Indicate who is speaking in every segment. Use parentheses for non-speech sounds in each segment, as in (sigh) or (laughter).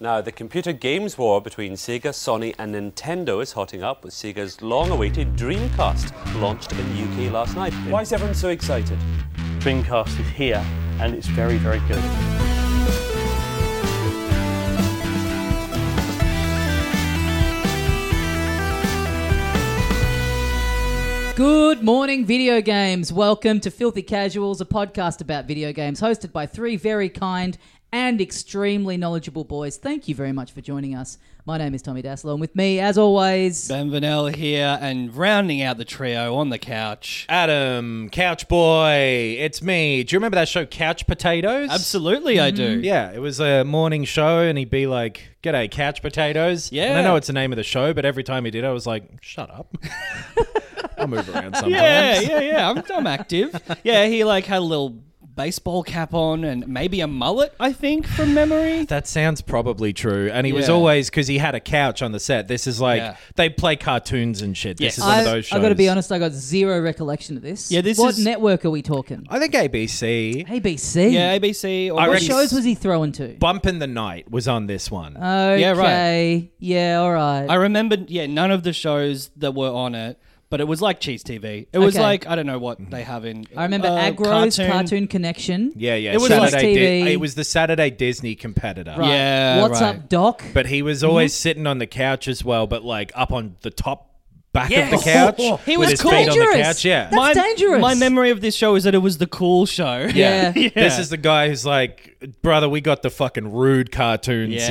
Speaker 1: Now, the computer games war between Sega, Sony, and Nintendo is hotting up with Sega's long awaited Dreamcast launched in the UK last night.
Speaker 2: Why is everyone so excited?
Speaker 3: Dreamcast is here and it's very, very good.
Speaker 4: Good morning, video games. Welcome to Filthy Casuals, a podcast about video games hosted by three very kind and extremely knowledgeable boys. Thank you very much for joining us. My name is Tommy Daslow, and with me, as always,
Speaker 5: Ben Vanel here, and rounding out the trio on the couch.
Speaker 6: Adam, Couch Boy, it's me. Do you remember that show, Couch Potatoes?
Speaker 5: Absolutely, I do.
Speaker 6: Yeah, it was a morning show, and he'd be like, G'day, Couch Potatoes.
Speaker 5: Yeah.
Speaker 6: And I know it's the name of the show, but every time he did, it, I was like,
Speaker 5: (laughs)
Speaker 6: Shut up. I'll move (laughs) around sometimes.
Speaker 5: Yeah, yeah, yeah. I'm, I'm active. Yeah, he like had a little baseball cap on and maybe a mullet, I think, from memory.
Speaker 6: That sounds probably true. And he was
Speaker 5: Yeah.
Speaker 6: always, because he had a couch on the set. This is like,
Speaker 5: Yeah.
Speaker 6: they play cartoons and shit.
Speaker 5: Yes.
Speaker 6: This is one
Speaker 4: I,
Speaker 6: of those shows.
Speaker 4: have got to be honest, I got zero recollection of this.
Speaker 5: Yeah, this
Speaker 4: what
Speaker 5: is-
Speaker 4: network are we talking?
Speaker 6: I think ABC.
Speaker 4: ABC.
Speaker 5: Yeah, ABC. Or
Speaker 6: I
Speaker 4: what
Speaker 6: reckon-
Speaker 4: shows was he throwing to?
Speaker 6: Bump in the Night was on this one.
Speaker 4: Okay.
Speaker 5: Yeah, right.
Speaker 4: Yeah, all right.
Speaker 5: I remembered, yeah, none of the shows that were on it, but it was like Cheese TV. It was
Speaker 4: Okay.
Speaker 5: like, I don't know what they have in.
Speaker 4: I remember
Speaker 5: uh,
Speaker 4: Agro's cartoon. Connection.
Speaker 6: yeah, yeah.
Speaker 5: It was
Speaker 6: Saturday
Speaker 4: like- TV.
Speaker 6: it was the Saturday Disney competitor.
Speaker 4: Right.
Speaker 5: Yeah,
Speaker 4: What's
Speaker 5: right.
Speaker 4: up, Doc?
Speaker 6: But he was always sitting on the couch as well, but like up on the top back of
Speaker 5: Yes.
Speaker 6: the couch.
Speaker 5: He was
Speaker 6: with his feet on the
Speaker 4: dangerous.
Speaker 6: couch. Yeah.
Speaker 4: That's dangerous.
Speaker 5: My memory of this show is that it was the cool show.
Speaker 4: Yeah. Yeah.
Speaker 6: (laughs) This is the guy who's like, brother, we got the fucking rude cartoons
Speaker 5: Yeah.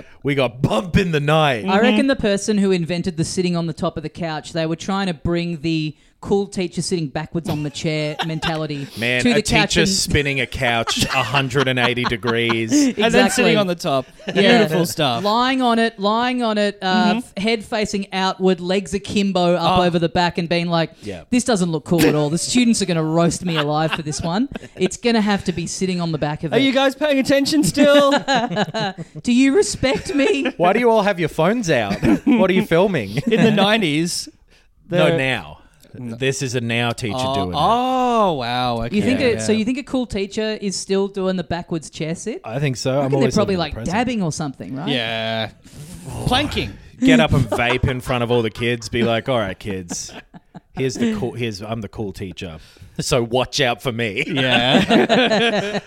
Speaker 6: here. We got Bump in the Night.
Speaker 4: I reckon the person who invented the sitting on the top of the couch, they were trying to bring the cool teacher sitting backwards on the chair mentality
Speaker 6: Man,
Speaker 4: to
Speaker 6: a
Speaker 4: the couch.
Speaker 6: teacher
Speaker 4: and-
Speaker 6: spinning a couch
Speaker 4: (laughs)
Speaker 6: 180
Speaker 5: (laughs)
Speaker 6: degrees.
Speaker 5: And then
Speaker 4: Exactly.
Speaker 5: sitting on the top.
Speaker 4: Yeah.
Speaker 5: Beautiful stuff. Mm-hmm.
Speaker 4: Lying on it, lying on it, uh, f- head facing outward, legs akimbo up
Speaker 5: Oh.
Speaker 4: over the back, and being like,
Speaker 6: Yeah.
Speaker 4: "This doesn't look cool at all. The students are going to roast me alive for this
Speaker 5: (laughs)
Speaker 4: one. It's going to have to be sitting on the back of
Speaker 5: Are
Speaker 4: it.
Speaker 5: you guys paying attention still?
Speaker 4: Do you respect
Speaker 5: (laughs)
Speaker 4: me?
Speaker 6: Why do you all have your phones out? What are you filming?
Speaker 5: in the
Speaker 6: (laughs)
Speaker 5: nineties.
Speaker 6: no, now. This is a now teacher doing it.
Speaker 5: Oh wow! Okay.
Speaker 4: You think it, so? You think a cool teacher is still doing the backwards chair sit?
Speaker 6: I think so. I'm
Speaker 4: reckon they're
Speaker 6: always
Speaker 4: probably
Speaker 6: living in the
Speaker 4: like
Speaker 6: present.
Speaker 4: dabbing or something, right?
Speaker 5: Yeah. Planking.
Speaker 6: get up and vape in front of all the kids. Be like, all right, kids, here's the cool. Here's I'm the cool teacher. So watch out for me.
Speaker 5: Yeah.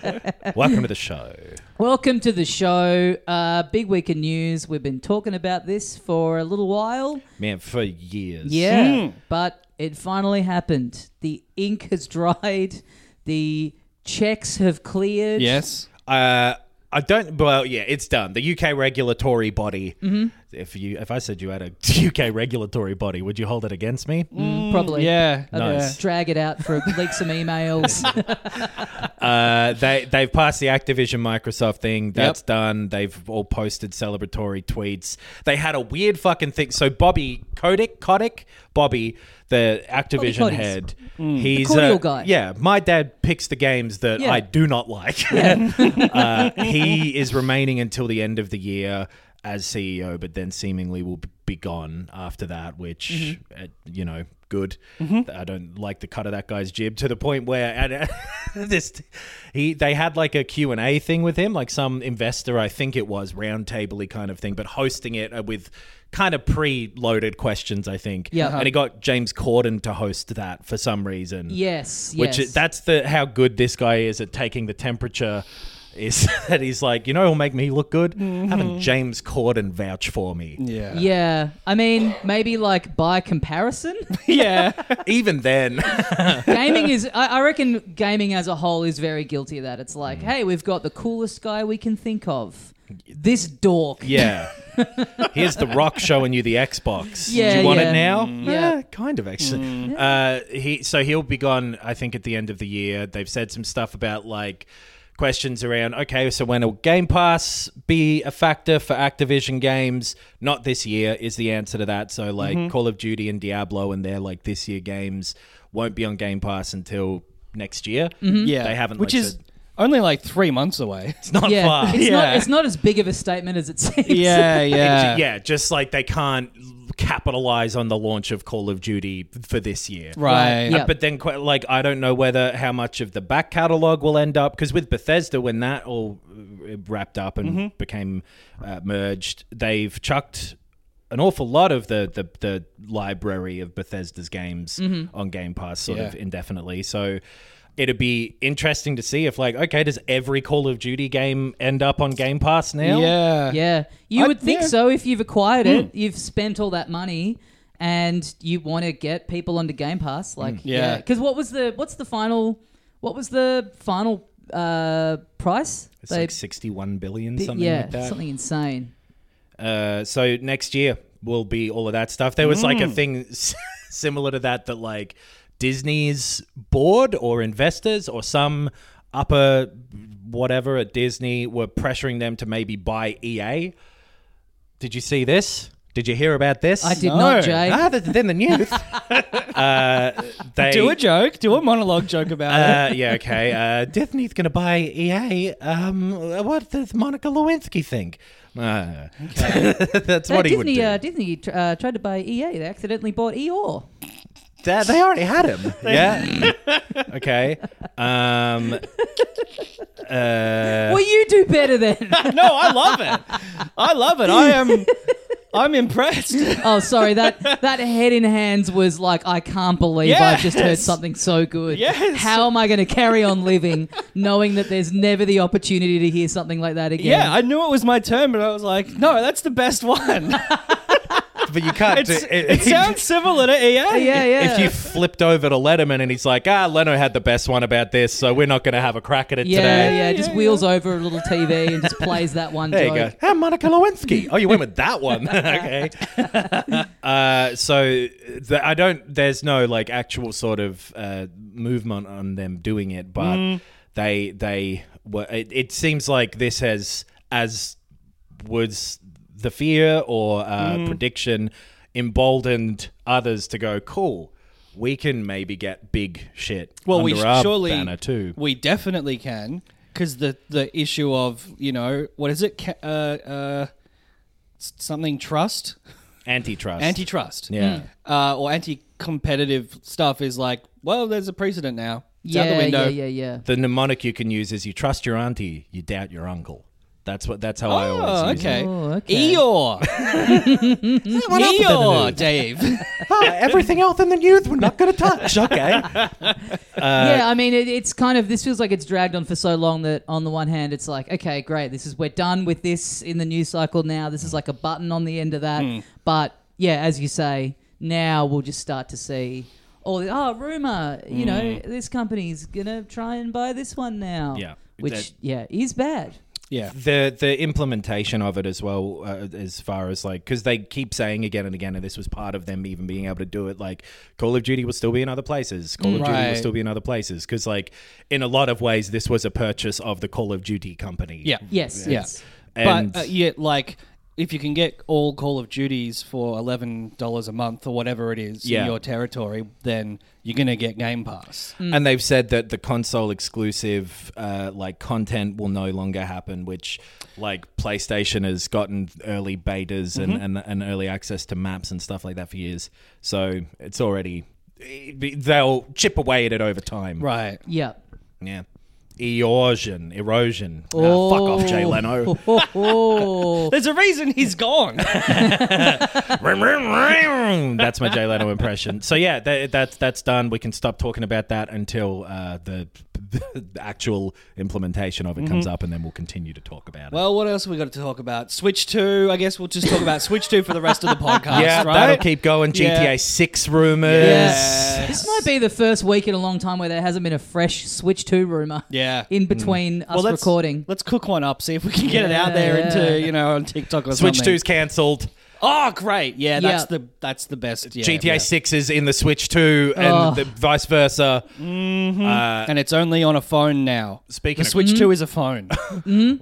Speaker 6: Welcome to the show.
Speaker 4: Welcome to the show. Uh, big week in news. We've been talking about this for a little while.
Speaker 6: Man, for years.
Speaker 4: Yeah. But it finally happened. The ink has (laughs) dried. The checks have cleared.
Speaker 5: yes.
Speaker 6: Uh, I don't. Well, yeah, it's done. The UK regulatory body. If you, if I said you had a (laughs) UK regulatory body, would you hold it against me?
Speaker 4: Mm, Probably.
Speaker 5: Yeah.
Speaker 4: I'd
Speaker 6: Nice.
Speaker 4: Drag it out for (laughs) leak some emails.
Speaker 6: Uh, they they've passed the Activision Microsoft thing. That's
Speaker 5: Yep.
Speaker 6: done. They've all posted celebratory tweets. They had a weird fucking thing. So Bobby Kotick, Kotick, Bobby, the Activision
Speaker 4: Kotick's-
Speaker 6: head. He's
Speaker 4: Mm. The cordial
Speaker 6: uh,
Speaker 4: guy.
Speaker 6: Yeah, my dad picks the games that
Speaker 4: Yeah.
Speaker 6: I do not like. uh, he is remaining until the end of the year as CEO, but then seemingly will be gone after that, which, uh, you know, good. I don't like the cut of that guy's jib to the point where and, uh, (laughs) this he they had like a Q&A thing with him, like some investor, I think it was, roundtabley kind of thing, but hosting it uh, with kind of pre-loaded questions, I think.
Speaker 4: Yeah.
Speaker 6: And he got James Corden to host that for some reason
Speaker 4: yes. Yes.
Speaker 6: which is, that's the how good this guy is at taking the temperature is (laughs) that he's like you know who'll make me look good having James Corden vouch for me
Speaker 5: Yeah.
Speaker 4: Yeah. I mean, maybe like by comparison.
Speaker 5: (laughs)
Speaker 6: (laughs)
Speaker 5: Yeah.
Speaker 6: even then
Speaker 4: gaming is I, I reckon gaming as a whole is very guilty of that it's like hey we've got the coolest guy we can think of this dork
Speaker 5: (laughs)
Speaker 6: yeah here's the Rock showing you the Xbox do
Speaker 4: Yeah,
Speaker 6: you want
Speaker 4: yeah. Mm.
Speaker 6: it now
Speaker 4: Yeah. Mm.
Speaker 6: Eh, kind of actually uh, he so he'll be gone I think at the end of the year they've said some stuff about like questions around okay, so when will Game Pass be a factor for Activision games? Not this year is the answer to that. So like
Speaker 5: Mm-hmm.
Speaker 6: Call of Duty and Diablo and their like this year games won't be on Game Pass until next year.
Speaker 4: Mm-hmm.
Speaker 5: Yeah,
Speaker 6: they haven't.
Speaker 5: which
Speaker 6: like,
Speaker 5: is
Speaker 6: said-
Speaker 5: only like three months away.
Speaker 6: it's (laughs) not
Speaker 4: yeah,
Speaker 6: far.
Speaker 4: it's
Speaker 5: Yeah.
Speaker 4: not it's not as big of a statement as it (laughs) seems.
Speaker 5: (laughs) yeah, yeah,
Speaker 6: It's- yeah, just like they can't capitalize on the launch of Call of Duty for this year. Uh,
Speaker 5: Right.
Speaker 4: Yeah.
Speaker 6: But then, quite, like, I don't know whether how much of the back catalog will end up because with Bethesda, when that all uh, wrapped up and
Speaker 5: Mm-hmm.
Speaker 6: became uh, merged, they've chucked an awful lot of the the, the library of Bethesda's games on Game Pass, sort of
Speaker 5: Mm-hmm. Yeah.
Speaker 6: indefinitely. So. It'd be interesting to see if, like, okay, does every Call of Duty game end up on Game Pass now?
Speaker 5: Yeah.
Speaker 4: Yeah. You
Speaker 5: I-
Speaker 4: would think
Speaker 5: yeah.
Speaker 4: so if you've acquired
Speaker 6: Mm.
Speaker 4: it, you've spent all that money and you want to get people onto Game
Speaker 6: Mm,
Speaker 4: Pass like
Speaker 5: Yeah.
Speaker 4: yeah. Cuz what was the what's the final what was the final uh price?
Speaker 6: It's
Speaker 4: They-
Speaker 6: like 61 billion, something
Speaker 4: yeah,
Speaker 6: like that.
Speaker 4: something insane.
Speaker 6: Uh, so next year will be all of that stuff. There was like a thing (laughs) s- similar to that that like Disney's board or investors or some upper whatever at Disney were pressuring them to maybe buy EA. Did you see this? Did you hear about this?
Speaker 4: I did not, Jay.
Speaker 6: Ah, th- then
Speaker 4: (laughs)
Speaker 6: the news. uh, they,
Speaker 5: Do a joke. Do a monologue joke about it.
Speaker 6: uh, yeah, okay. Uh, Disney's going to buy EA. Um, what does Monica Lewinsky think? Uh, (laughs) that's
Speaker 4: No,
Speaker 6: what he would
Speaker 4: Disney
Speaker 6: do.
Speaker 4: uh, Disney tr- uh, tried to buy EA. They accidentally bought E Eeyore.
Speaker 6: They, they already had him. yeah. okay. Um, uh,
Speaker 4: well, you do better then.
Speaker 5: No, I love it. I love it. I am. I'm impressed.
Speaker 4: oh, sorry. That that head in hands was like, I can't believe I just heard
Speaker 5: Yes.
Speaker 4: something so good.
Speaker 5: Yes.
Speaker 4: How am I going to carry on living knowing that there's never the opportunity to hear something like that again?
Speaker 5: (laughs) Yeah, I knew it was my turn, but I was like, no, that's the best one. (laughs)
Speaker 6: but you can't.
Speaker 5: It's,
Speaker 6: do-
Speaker 5: it sounds similar to E EA.
Speaker 4: yeah, yeah.
Speaker 6: (laughs) If you flipped over to Letterman and he's like, ah, Leno had the best one about this, so we're not going to have a crack at it
Speaker 4: yeah,
Speaker 6: today.
Speaker 4: yeah, Just wheels over a little TV and just plays that one
Speaker 6: There
Speaker 4: joke.
Speaker 6: you go. Ah, Monica Lewinsky. Oh, you went with that
Speaker 5: (laughs)
Speaker 6: one. okay. Uh, so the, I don't. There's no like actual sort of uh, movement on them doing it, but
Speaker 5: Mm.
Speaker 6: they they were. It, it seems like this has as was the fear or uh,
Speaker 5: Mm.
Speaker 6: prediction emboldened others to go cool. We can maybe get big shit.
Speaker 5: Well, we
Speaker 6: under our
Speaker 5: surely
Speaker 6: banner too.
Speaker 5: we definitely can because the the issue of you know what is it Ca- uh, uh, s- something trust
Speaker 6: Antitrust.
Speaker 5: antitrust
Speaker 6: Yeah.
Speaker 5: uh, or anti competitive stuff is like well there's a precedent now it's
Speaker 4: Yeah,
Speaker 5: out the window
Speaker 4: yeah, yeah, yeah.
Speaker 6: the mnemonic you can use is you trust your auntie, you doubt your uncle. That's what. That's how I
Speaker 5: Oh,
Speaker 6: always use
Speaker 5: okay.
Speaker 6: it.
Speaker 4: Oh, okay. (laughs)
Speaker 5: Eeyore.
Speaker 6: (laughs)
Speaker 5: Eeyore, Dave.
Speaker 6: everything else in the news we're not going
Speaker 5: (laughs)
Speaker 6: to touch. Okay.
Speaker 5: Uh,
Speaker 4: yeah, I mean, it, it's kind of this feels like it's dragged on for so long that on the one hand, it's like, okay, great, this is we're done with this in the news cycle now. This is like a button on the end of that.
Speaker 5: Hmm.
Speaker 4: But yeah, as you say, now we'll just start to see. all the oh, rumor, you know,
Speaker 5: Hmm.
Speaker 4: this company's gonna try and buy this one now.
Speaker 6: Yeah.
Speaker 4: which
Speaker 6: That-
Speaker 4: yeah is bad.
Speaker 5: yeah.
Speaker 6: the the implementation of it as well uh, as far as like because they keep saying again and again and this was part of them even being able to do it like call of duty will still be in other places call of duty will
Speaker 5: Right.
Speaker 6: still be in other places because like in a lot of ways this was a purchase of the call of duty company
Speaker 5: Yeah.
Speaker 4: Yes,
Speaker 5: Yeah.
Speaker 4: yes.
Speaker 6: and
Speaker 5: but uh, yet, like, if you can get all Call of Duties for eleven dollars a month or whatever it is
Speaker 6: Yeah.
Speaker 5: in your territory, then you're gonna get Game Pass.
Speaker 6: and they've said that the console exclusive uh, like content will no longer happen which like playstation has gotten early betas and, and, and early access to maps and stuff like that for years so it's already eh, they'll chip away at it over time
Speaker 5: Right. (laughs)
Speaker 4: Yeah.
Speaker 6: yeah erosion erosion Ah, fuck off jay
Speaker 4: (laughs)
Speaker 6: leno
Speaker 4: Oh, oh.
Speaker 5: There's a reason he's gone.
Speaker 6: Vroom, vroom, vroom. that's my jay leno impression so yeah that, that's that's done we can stop talking about that until uh, the, the actual implementation of it comes up and then we'll continue to talk about
Speaker 5: (laughs)
Speaker 6: it
Speaker 5: Mm-hmm. well, what else have we got to talk about? Switch two. I guess we'll just talk about Switch two for the rest of (laughs) the podcast.
Speaker 6: Yeah,
Speaker 5: right?
Speaker 6: that'll keep going. GTA
Speaker 5: Yeah.
Speaker 6: 6 rumors.
Speaker 5: Yes.
Speaker 4: This might be the first week in a long time where there hasn't been a fresh Switch 2 rumor.
Speaker 5: Yeah.
Speaker 4: In between us
Speaker 5: let's,
Speaker 4: recording.
Speaker 5: Let's cook one up. See if we can get it out there
Speaker 4: Yeah.
Speaker 5: into you know on TikTok or
Speaker 6: Switch
Speaker 5: something.
Speaker 6: 2's cancelled.
Speaker 5: Oh, great! Yeah, that's
Speaker 4: Yeah.
Speaker 5: the that's the best. Yeah,
Speaker 6: GTA
Speaker 5: yeah.
Speaker 6: 6 is in the Switch 2 and
Speaker 4: Oh.
Speaker 6: the vice versa.
Speaker 5: and it's only on a phone now.
Speaker 6: Speaking
Speaker 5: the
Speaker 6: of-
Speaker 4: Mm-hmm.
Speaker 5: Switch Two is a (laughs) phone.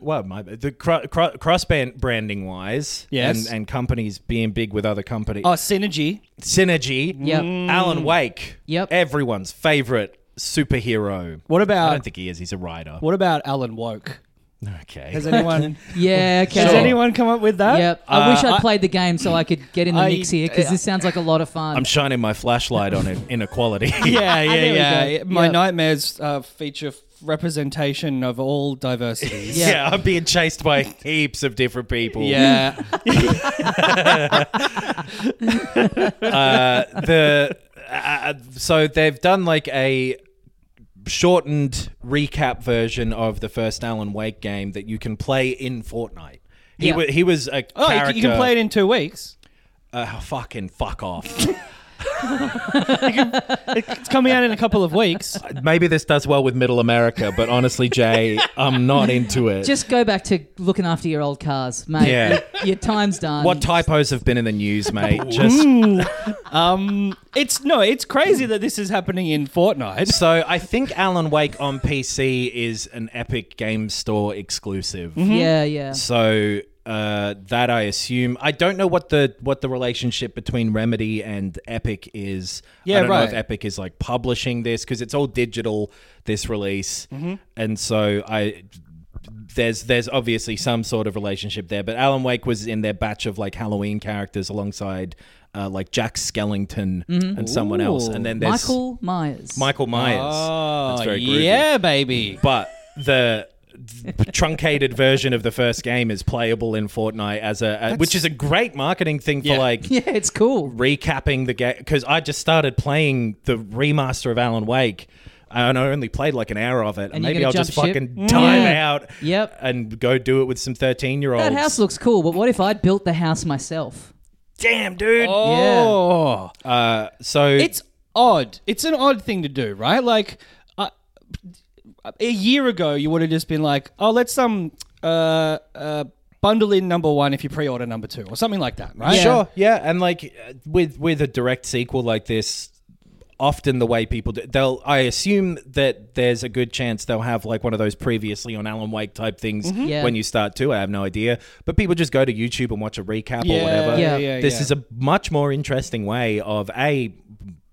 Speaker 6: Well, my, the cr- cr- cross band branding wise,
Speaker 5: Yes.
Speaker 6: and, and companies being big with other companies.
Speaker 5: oh, synergy.
Speaker 6: Synergy,
Speaker 4: Yep.
Speaker 5: Mm.
Speaker 6: Alan Wake,
Speaker 4: Yep.
Speaker 6: everyone's favorite superhero.
Speaker 5: What uh,
Speaker 6: I
Speaker 5: about
Speaker 6: don't think he is. He's a writer.
Speaker 5: what about Alan Woke? (laughs)
Speaker 6: Okay.
Speaker 5: Has anyone
Speaker 4: Yeah, okay.
Speaker 5: has
Speaker 6: Sure. Uh,
Speaker 5: anyone come up with that? Uh,
Speaker 4: Yep. I wish I'd
Speaker 5: I-
Speaker 4: played the game so I could get in the
Speaker 5: I-
Speaker 4: mix here because this sounds like a lot of fun.
Speaker 6: I'm shining my flashlight on in- inequality.
Speaker 5: (laughs)
Speaker 6: (laughs)
Speaker 5: Yeah, yeah,
Speaker 4: there we
Speaker 5: yeah.
Speaker 4: go.
Speaker 5: My
Speaker 4: Yep.
Speaker 5: nightmares uh, feature f- representation of all (laughs) diversities.
Speaker 4: Yeah.
Speaker 6: yeah. I'm being chased by heaps of different people.
Speaker 5: yeah.
Speaker 6: Uh, the uh, so they've done like a shortened recap version of the first Alan Wake game that you can play in Fortnite. He,
Speaker 4: Yeah.
Speaker 6: wa- he was a
Speaker 5: Oh, you,
Speaker 6: character.
Speaker 5: c- you can play it in two weeks.
Speaker 6: Uh, fucking fuck off.
Speaker 5: It's coming out in a couple of (laughs) weeks.
Speaker 6: (laughs) Maybe this does well with Middle America, but honestly, Jay, I'm not into it.
Speaker 4: Just go back to looking after your old cars, mate.
Speaker 6: Yeah.
Speaker 4: Your, your time's done.
Speaker 6: what typos have been in the news, mate? Just
Speaker 5: Um, it's no, it's crazy that this is happening in Fortnite.
Speaker 6: so I think Alan Wake on PC is an Epic Game Store exclusive.
Speaker 4: Yeah, yeah.
Speaker 6: So uh, that I assume I don't know what the what the relationship between Remedy and Epic is.
Speaker 5: Yeah,
Speaker 6: I don't know if
Speaker 5: right.
Speaker 6: Epic is like publishing this because it's all digital this release,
Speaker 5: Mm-hmm.
Speaker 6: and so I there's there's obviously some sort of relationship there. But Alan Wake was in their batch of like Halloween characters alongside uh, like Jack Skellington
Speaker 5: Mm-hmm.
Speaker 6: and someone else, and then there's
Speaker 4: Michael Myers.
Speaker 6: Michael Myers.
Speaker 5: Oh,
Speaker 6: That's very groovy.
Speaker 5: yeah, baby.
Speaker 6: but the th- truncated version of the first game is playable in Fortnite as a, a- which is a great marketing thing for
Speaker 5: Yeah.
Speaker 4: (laughs)
Speaker 6: like
Speaker 4: Yeah, it's cool.
Speaker 6: recapping the game because I just started playing the remaster of Alan Wake. And I only played like an hour of it, and,
Speaker 4: And you're
Speaker 6: maybe
Speaker 4: gonna
Speaker 6: I'll just
Speaker 4: jump ship?
Speaker 6: fucking time out,
Speaker 4: Yep.
Speaker 6: and go do it with some thirteen-year-olds.
Speaker 4: That house looks cool, but what if I built the house myself?
Speaker 6: damn dude.
Speaker 5: Oh,
Speaker 6: Uh, so
Speaker 5: it's odd. It's an odd thing to do, right? Like uh, a year ago, you would have just been like, "Oh, let's um uh uh bundle in number one if you pre-order number two or something like that," right?
Speaker 4: Yeah.
Speaker 6: Sure, yeah, and like uh, with with a direct sequel like this, often the way people do, they'll I assume that there's a good chance they'll have like one of those previously on Alan Wake type things
Speaker 4: Yeah.
Speaker 6: when you start too. I have no idea, but people just go to YouTube and watch a recap
Speaker 5: Yeah,
Speaker 6: or whatever.
Speaker 4: yeah,
Speaker 5: yeah,
Speaker 6: this
Speaker 5: yeah.
Speaker 6: is a much more interesting way of a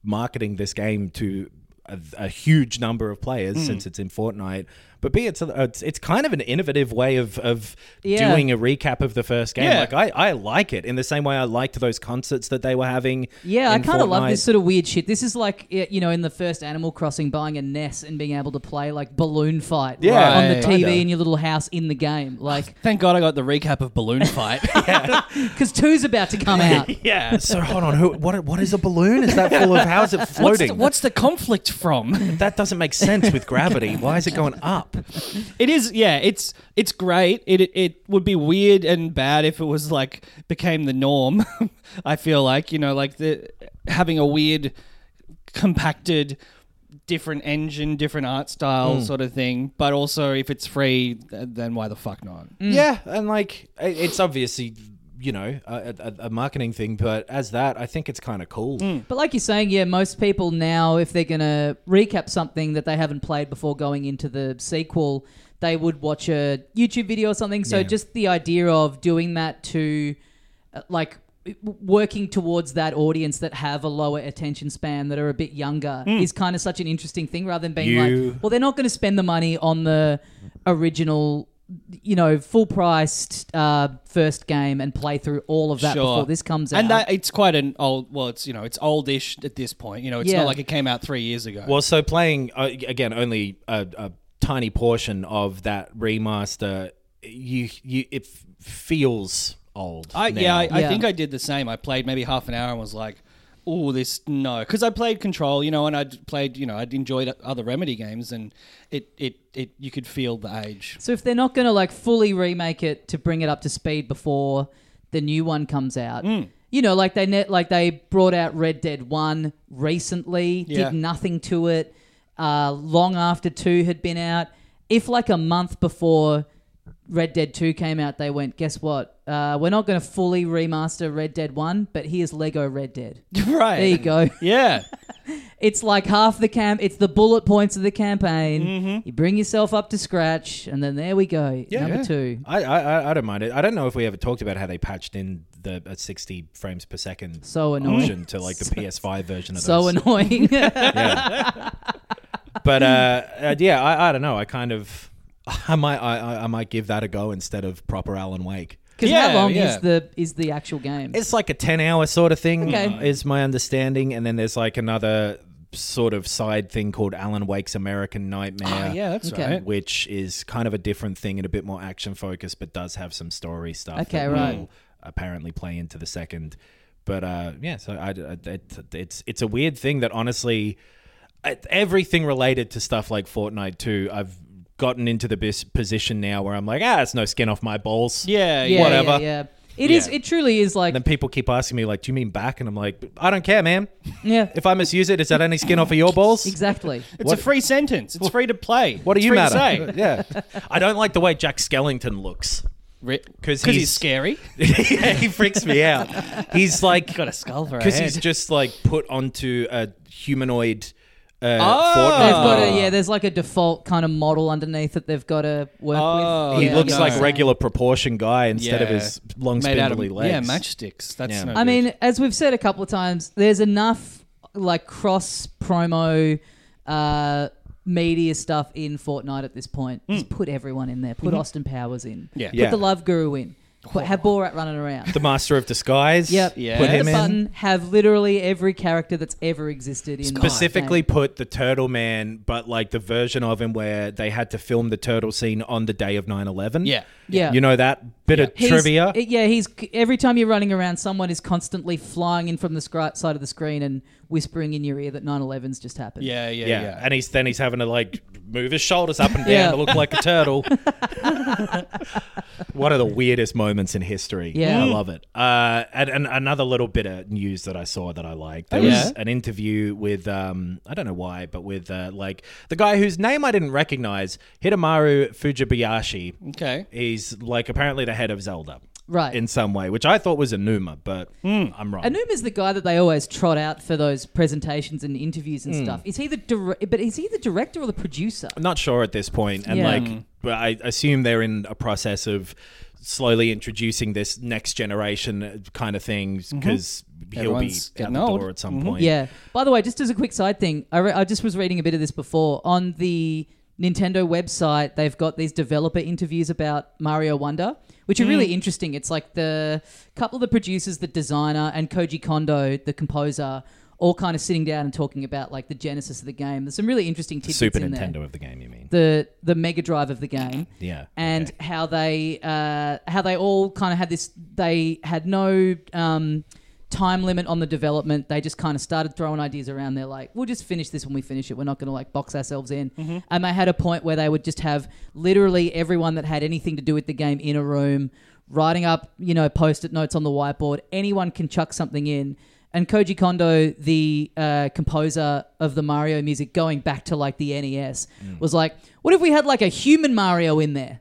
Speaker 6: marketing this game to. A, a huge number of players since it's in Fortnite, but b it's a, it's, it's kind of an innovative way of of
Speaker 4: Yeah.
Speaker 6: doing a recap of the first game.
Speaker 5: Yeah.
Speaker 6: Like I, I like it in the same way I liked those concerts that they were having.
Speaker 4: Yeah, I
Speaker 6: in
Speaker 4: kind of love
Speaker 6: Fortnite.
Speaker 4: this sort of weird shit. This is like eh, you know in the first Animal Crossing, buying a NES and being able to play like balloon fight
Speaker 6: Yeah,
Speaker 4: right, on the
Speaker 5: Right.
Speaker 4: TV
Speaker 6: kinda.
Speaker 4: in your little house in the game, like (laughs)
Speaker 5: Thank God I got the recap of Balloon (laughs) Fight.
Speaker 4: because two's about to
Speaker 6: (laughs)
Speaker 4: come out.
Speaker 5: (laughs)
Speaker 6: Yeah. So hold on, who? What? What is a balloon? Is that full of? How is
Speaker 5: (laughs)
Speaker 6: it
Speaker 5: what's, the,
Speaker 6: floating?
Speaker 5: what's the conflict from?
Speaker 6: that doesn't make sense with gravity. Why is it going up?
Speaker 5: (laughs) It is, yeah. It's it's great. It it- it would be weird and bad if it was like became the norm. (laughs) I feel like you know, like the having a weird, compacted, different engine, different art style sort of thing. But also, if it's free, th- then why the fuck not?
Speaker 6: Yeah, and like i- it's obviously you know a, a, a marketing thing, but as that, I think it's kind of cool.
Speaker 5: Mm.
Speaker 4: But like you're saying, yeah, most people now, if they're going to recap something that they haven't played before going into the sequel, they would watch a YouTube video or something. So just the idea of doing that to, uh, like, w- working towards that audience that have a lower attention span that are a bit younger is kind of such an interesting thing rather than being
Speaker 6: You-
Speaker 4: like well they're not going to spend the money on the original you know full priced uh, first game and play through all of that before this comes out
Speaker 5: and that it's quite an old. Well, it's you know, it's oldish at this point. You know, it's
Speaker 4: Yeah.
Speaker 5: not like it came out three years ago.
Speaker 6: Well, so playing uh, again only a, a tiny portion of that remaster, you you it feels old.
Speaker 5: I, yeah, I, I
Speaker 4: Yeah.
Speaker 5: think I did the same. I played maybe half an hour and was like, "Oh, this no," because I played Control, you know, and I'd played, you know, I'd enjoyed other Remedy games, and it, it, it, you could feel the age.
Speaker 4: (laughs) So if they're not going to like fully remake it to bring it up to speed before the new one comes out, you know, like they net like they brought out Red Dead One recently,
Speaker 5: Yeah.
Speaker 4: did nothing to it. Uh, long after two had been out, if like a month before Red Dead 2 came out, they went, guess what? Uh, we're not going to fully remaster Red Dead 1, but here's Lego Red Dead.
Speaker 5: right.
Speaker 4: There you go.
Speaker 5: (laughs) Yeah.
Speaker 4: It's like half the camp. It's the bullet points of the campaign. You bring yourself up to scratch, and then there we go. Number two.
Speaker 6: I, I I- I don't mind it. I don't know if we ever talked about how they patched in the uh, 60 frames per second
Speaker 4: So annoying.
Speaker 6: option to like the PS5 version
Speaker 4: (laughs)
Speaker 6: of
Speaker 4: So
Speaker 6: those.
Speaker 4: annoying. (laughs)
Speaker 6: But uh, uh, yeah, I, I don't know. I kind of (laughs) I might I, I- I might give that a go instead of proper Alan Wake.
Speaker 4: Because
Speaker 5: Yeah,
Speaker 4: how long
Speaker 5: yeah.
Speaker 4: is the is the actual game?
Speaker 6: It's like a 10 hour sort of thing uh,
Speaker 4: Okay.
Speaker 6: is my understanding and then there's like another sort of side thing called Alan Wake's American Nightmare.
Speaker 5: Yeah, that's
Speaker 4: Okay.
Speaker 5: right.
Speaker 6: which is kind of a different thing and a bit more action focused, but does have some story stuff.
Speaker 4: Okay,
Speaker 6: that
Speaker 4: right.
Speaker 6: will apparently, play into the second. But uh, yeah, so I, I- it, it's it's a weird thing that honestly, I- everything related to stuff like Fortnite too, I've gotten into the bis- position now where I'm like, ah, it's no skin off my balls.
Speaker 4: yeah,
Speaker 5: Yeah. Yeah.
Speaker 6: whatever.
Speaker 4: Yeah, yeah. It is-
Speaker 6: Yeah.
Speaker 4: It truly is like.
Speaker 6: And then people keep asking me like, do you mean back? And I'm like, I don't care, man.
Speaker 4: yeah.
Speaker 6: (laughs) If I misuse it, is that any skin off of your balls? (laughs)
Speaker 4: Exactly.
Speaker 5: It's
Speaker 6: What-
Speaker 5: a free sentence. It's free to play.
Speaker 6: What do
Speaker 5: it's
Speaker 6: you
Speaker 5: free
Speaker 6: matter? (laughs)
Speaker 5: To say.
Speaker 6: yeah, I don't like the way Jack Skellington looks.
Speaker 5: Because he's,
Speaker 6: he's-
Speaker 5: scary.
Speaker 6: (laughs) yeah, he freaks me out. He's like
Speaker 5: Got a skull for a
Speaker 6: because
Speaker 5: head.
Speaker 6: he's just like put onto a humanoid. Uh,
Speaker 5: Oh.
Speaker 4: They've
Speaker 6: Fortnite.
Speaker 4: got a, yeah, there's like a default kind of model underneath that they've got to work
Speaker 5: Oh,
Speaker 4: with.
Speaker 6: he
Speaker 4: Yeah,
Speaker 6: looks
Speaker 4: I
Speaker 5: no.
Speaker 4: get what
Speaker 6: like
Speaker 4: you're
Speaker 6: regular proportion guy instead of
Speaker 5: Yeah.
Speaker 6: his long
Speaker 5: made out of
Speaker 6: spindly legs.
Speaker 5: yeah matchsticks. That's
Speaker 6: Yeah.
Speaker 5: no
Speaker 4: I
Speaker 5: good.
Speaker 4: mean, as we've said a couple of times, there's enough like cross promo uh, media stuff in Fortnite at this point. Just put everyone in there. Put Austin Powers in.
Speaker 5: Yeah.
Speaker 4: Put
Speaker 6: Hmm. Mm-hmm. Yeah.
Speaker 4: the Love Guru in. Put, have Borat running around.
Speaker 6: The master of disguise.
Speaker 4: Yep.
Speaker 5: Yeah.
Speaker 6: Put
Speaker 4: Hit
Speaker 6: him
Speaker 4: the
Speaker 6: in.
Speaker 4: button. Have literally every character that's ever existed in
Speaker 6: Specifically,
Speaker 4: Fortnite.
Speaker 6: put the turtle man, but like the version of him where they had to film the turtle scene on the day of 9 11.
Speaker 5: Yeah.
Speaker 4: Yeah.
Speaker 6: You know that bit of
Speaker 4: He's-
Speaker 6: trivia?
Speaker 4: it- yeah, he's every time you're running around, someone is constantly flying in from the scri- side of the screen and whispering in your ear that 9/11's just happened.
Speaker 5: yeah, yeah,
Speaker 6: yeah.
Speaker 5: yeah.
Speaker 6: And he's then he's having to like move his shoulders up and down
Speaker 4: Yeah.
Speaker 6: to look like a
Speaker 4: (laughs)
Speaker 6: turtle. One of the weirdest moments in history.
Speaker 4: Yeah.
Speaker 6: I love it. Uh, and, and another little bit of news that I saw that I liked. There
Speaker 5: Oh,
Speaker 6: was
Speaker 5: yeah?
Speaker 6: an interview with um, I don't know why, but with uh, like the guy whose name I didn't recognize, Hitamaru Fujibayashi.
Speaker 5: okay.
Speaker 6: He's like apparently the head of Zelda.
Speaker 4: Right.
Speaker 6: In some way, which I thought was Enuma, but
Speaker 5: Hmm.
Speaker 6: I'm wrong.
Speaker 4: Anum is the guy that they always trot out for those presentations and interviews
Speaker 6: Hmm.
Speaker 4: and stuff. Is he the dir- but is he the director or the producer?
Speaker 6: I'm not sure at this point, and
Speaker 4: Yeah.
Speaker 6: like, but I assume they're in a process of slowly introducing this next generation uh, kind of thing because he'll
Speaker 5: Everyone's
Speaker 6: be out
Speaker 5: getting
Speaker 6: the
Speaker 5: old. Mm-hmm.
Speaker 6: door at some point.
Speaker 4: Mm-hmm. Yeah. By the way, just as a quick side thing, I, re- I just was reading a bit of this before on the Nintendo website. They've got these developer interviews about Mario Wonder, which are
Speaker 6: Mm.
Speaker 4: really interesting. It's like the couple of the producers, the designer, and Koji Kondo, the composer, all kind of sitting down and talking about like the genesis of the game. There's some really interesting tidbits
Speaker 6: Super
Speaker 4: in
Speaker 6: Nintendo
Speaker 4: there.
Speaker 6: of the game, you mean?
Speaker 5: (laughs)
Speaker 4: The the Mega Drive of the game.
Speaker 6: yeah,
Speaker 4: and
Speaker 6: okay.
Speaker 4: how they uh, how they all kind of had this. They had no um, time limit on the development. They just kind of started throwing ideas around. They're like, "We'll just finish this when we finish it. We're not going to like box ourselves in." And they had a point where they would just have literally everyone that had anything to do with the game in a room, writing up you know post-it notes on the whiteboard. Anyone can chuck something in. And Koji Kondo, the uh, composer of the Mario music, going back to like the NES, was like, "What if we had like a human Mario in there?"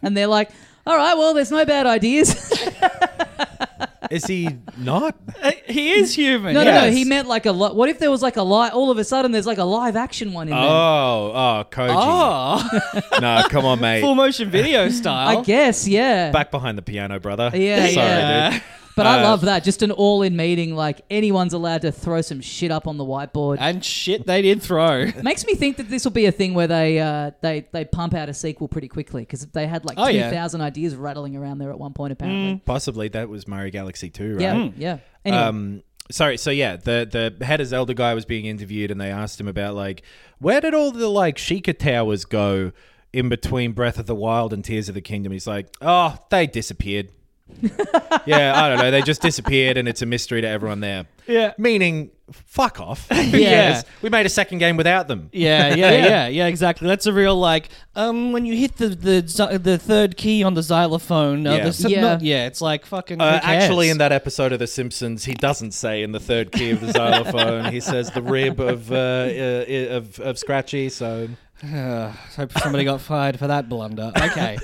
Speaker 4: and they're like, "All right, well, there's no bad ideas." (laughs)
Speaker 6: is he not?
Speaker 5: He is human.
Speaker 4: no, no, no.
Speaker 5: yes.
Speaker 4: He meant like a lot. What if there was like a live? All of a sudden, there's like a live action one in
Speaker 6: Oh,
Speaker 4: there.
Speaker 6: (laughs) oh, Koji.
Speaker 5: Oh,
Speaker 6: No,
Speaker 5: (laughs)
Speaker 6: come on,
Speaker 5: full
Speaker 6: mate.
Speaker 5: motion video style.
Speaker 4: I guess, yeah.
Speaker 6: Back behind the piano, brother.
Speaker 4: Yeah,
Speaker 6: Sorry,
Speaker 4: yeah.
Speaker 6: dude.
Speaker 4: but
Speaker 5: uh,
Speaker 4: I love that. Just an all-in meeting. Like anyone's allowed to throw some shit up on the whiteboard.
Speaker 5: and shit, they did throw.
Speaker 4: Makes me think that this will be a thing where they uh, they they pump out a sequel pretty quickly because they had like
Speaker 5: Oh,
Speaker 4: two
Speaker 5: yeah. Mm.
Speaker 4: thousand ideas rattling around there at one point apparently.
Speaker 6: Possibly that was Mario Galaxy 2, right?
Speaker 4: Yeah, yeah. Anyway,
Speaker 6: um sorry so yeah the the head of zelda guy was being interviewed and they asked him about like where did all the like sheikah towers go in between breath of the wild and tears of the kingdom he's like oh they disappeared (laughs) yeah i don't know they just disappeared and it's a mystery to everyone there
Speaker 5: Yeah.
Speaker 6: meaning
Speaker 5: (laughs)
Speaker 6: fuck off
Speaker 5: Yeah.
Speaker 6: we made a second game without them
Speaker 5: (laughs) Yeah, yeah, yeah, yeah, exactly. That's a real like um when you hit the the xy- the third key on the xylophone. Uh,
Speaker 6: Yeah.
Speaker 5: yeah. The,
Speaker 4: Yeah.
Speaker 5: yeah. yeah, it's like fucking.
Speaker 6: Uh,
Speaker 5: who cares?
Speaker 6: actually, in that episode of The Simpsons, he doesn't say in the third key of the xylophone. he says the rib of uh, uh, of, of Scratchy. So (laughs)
Speaker 5: Hope somebody got fired for that blunder. Okay.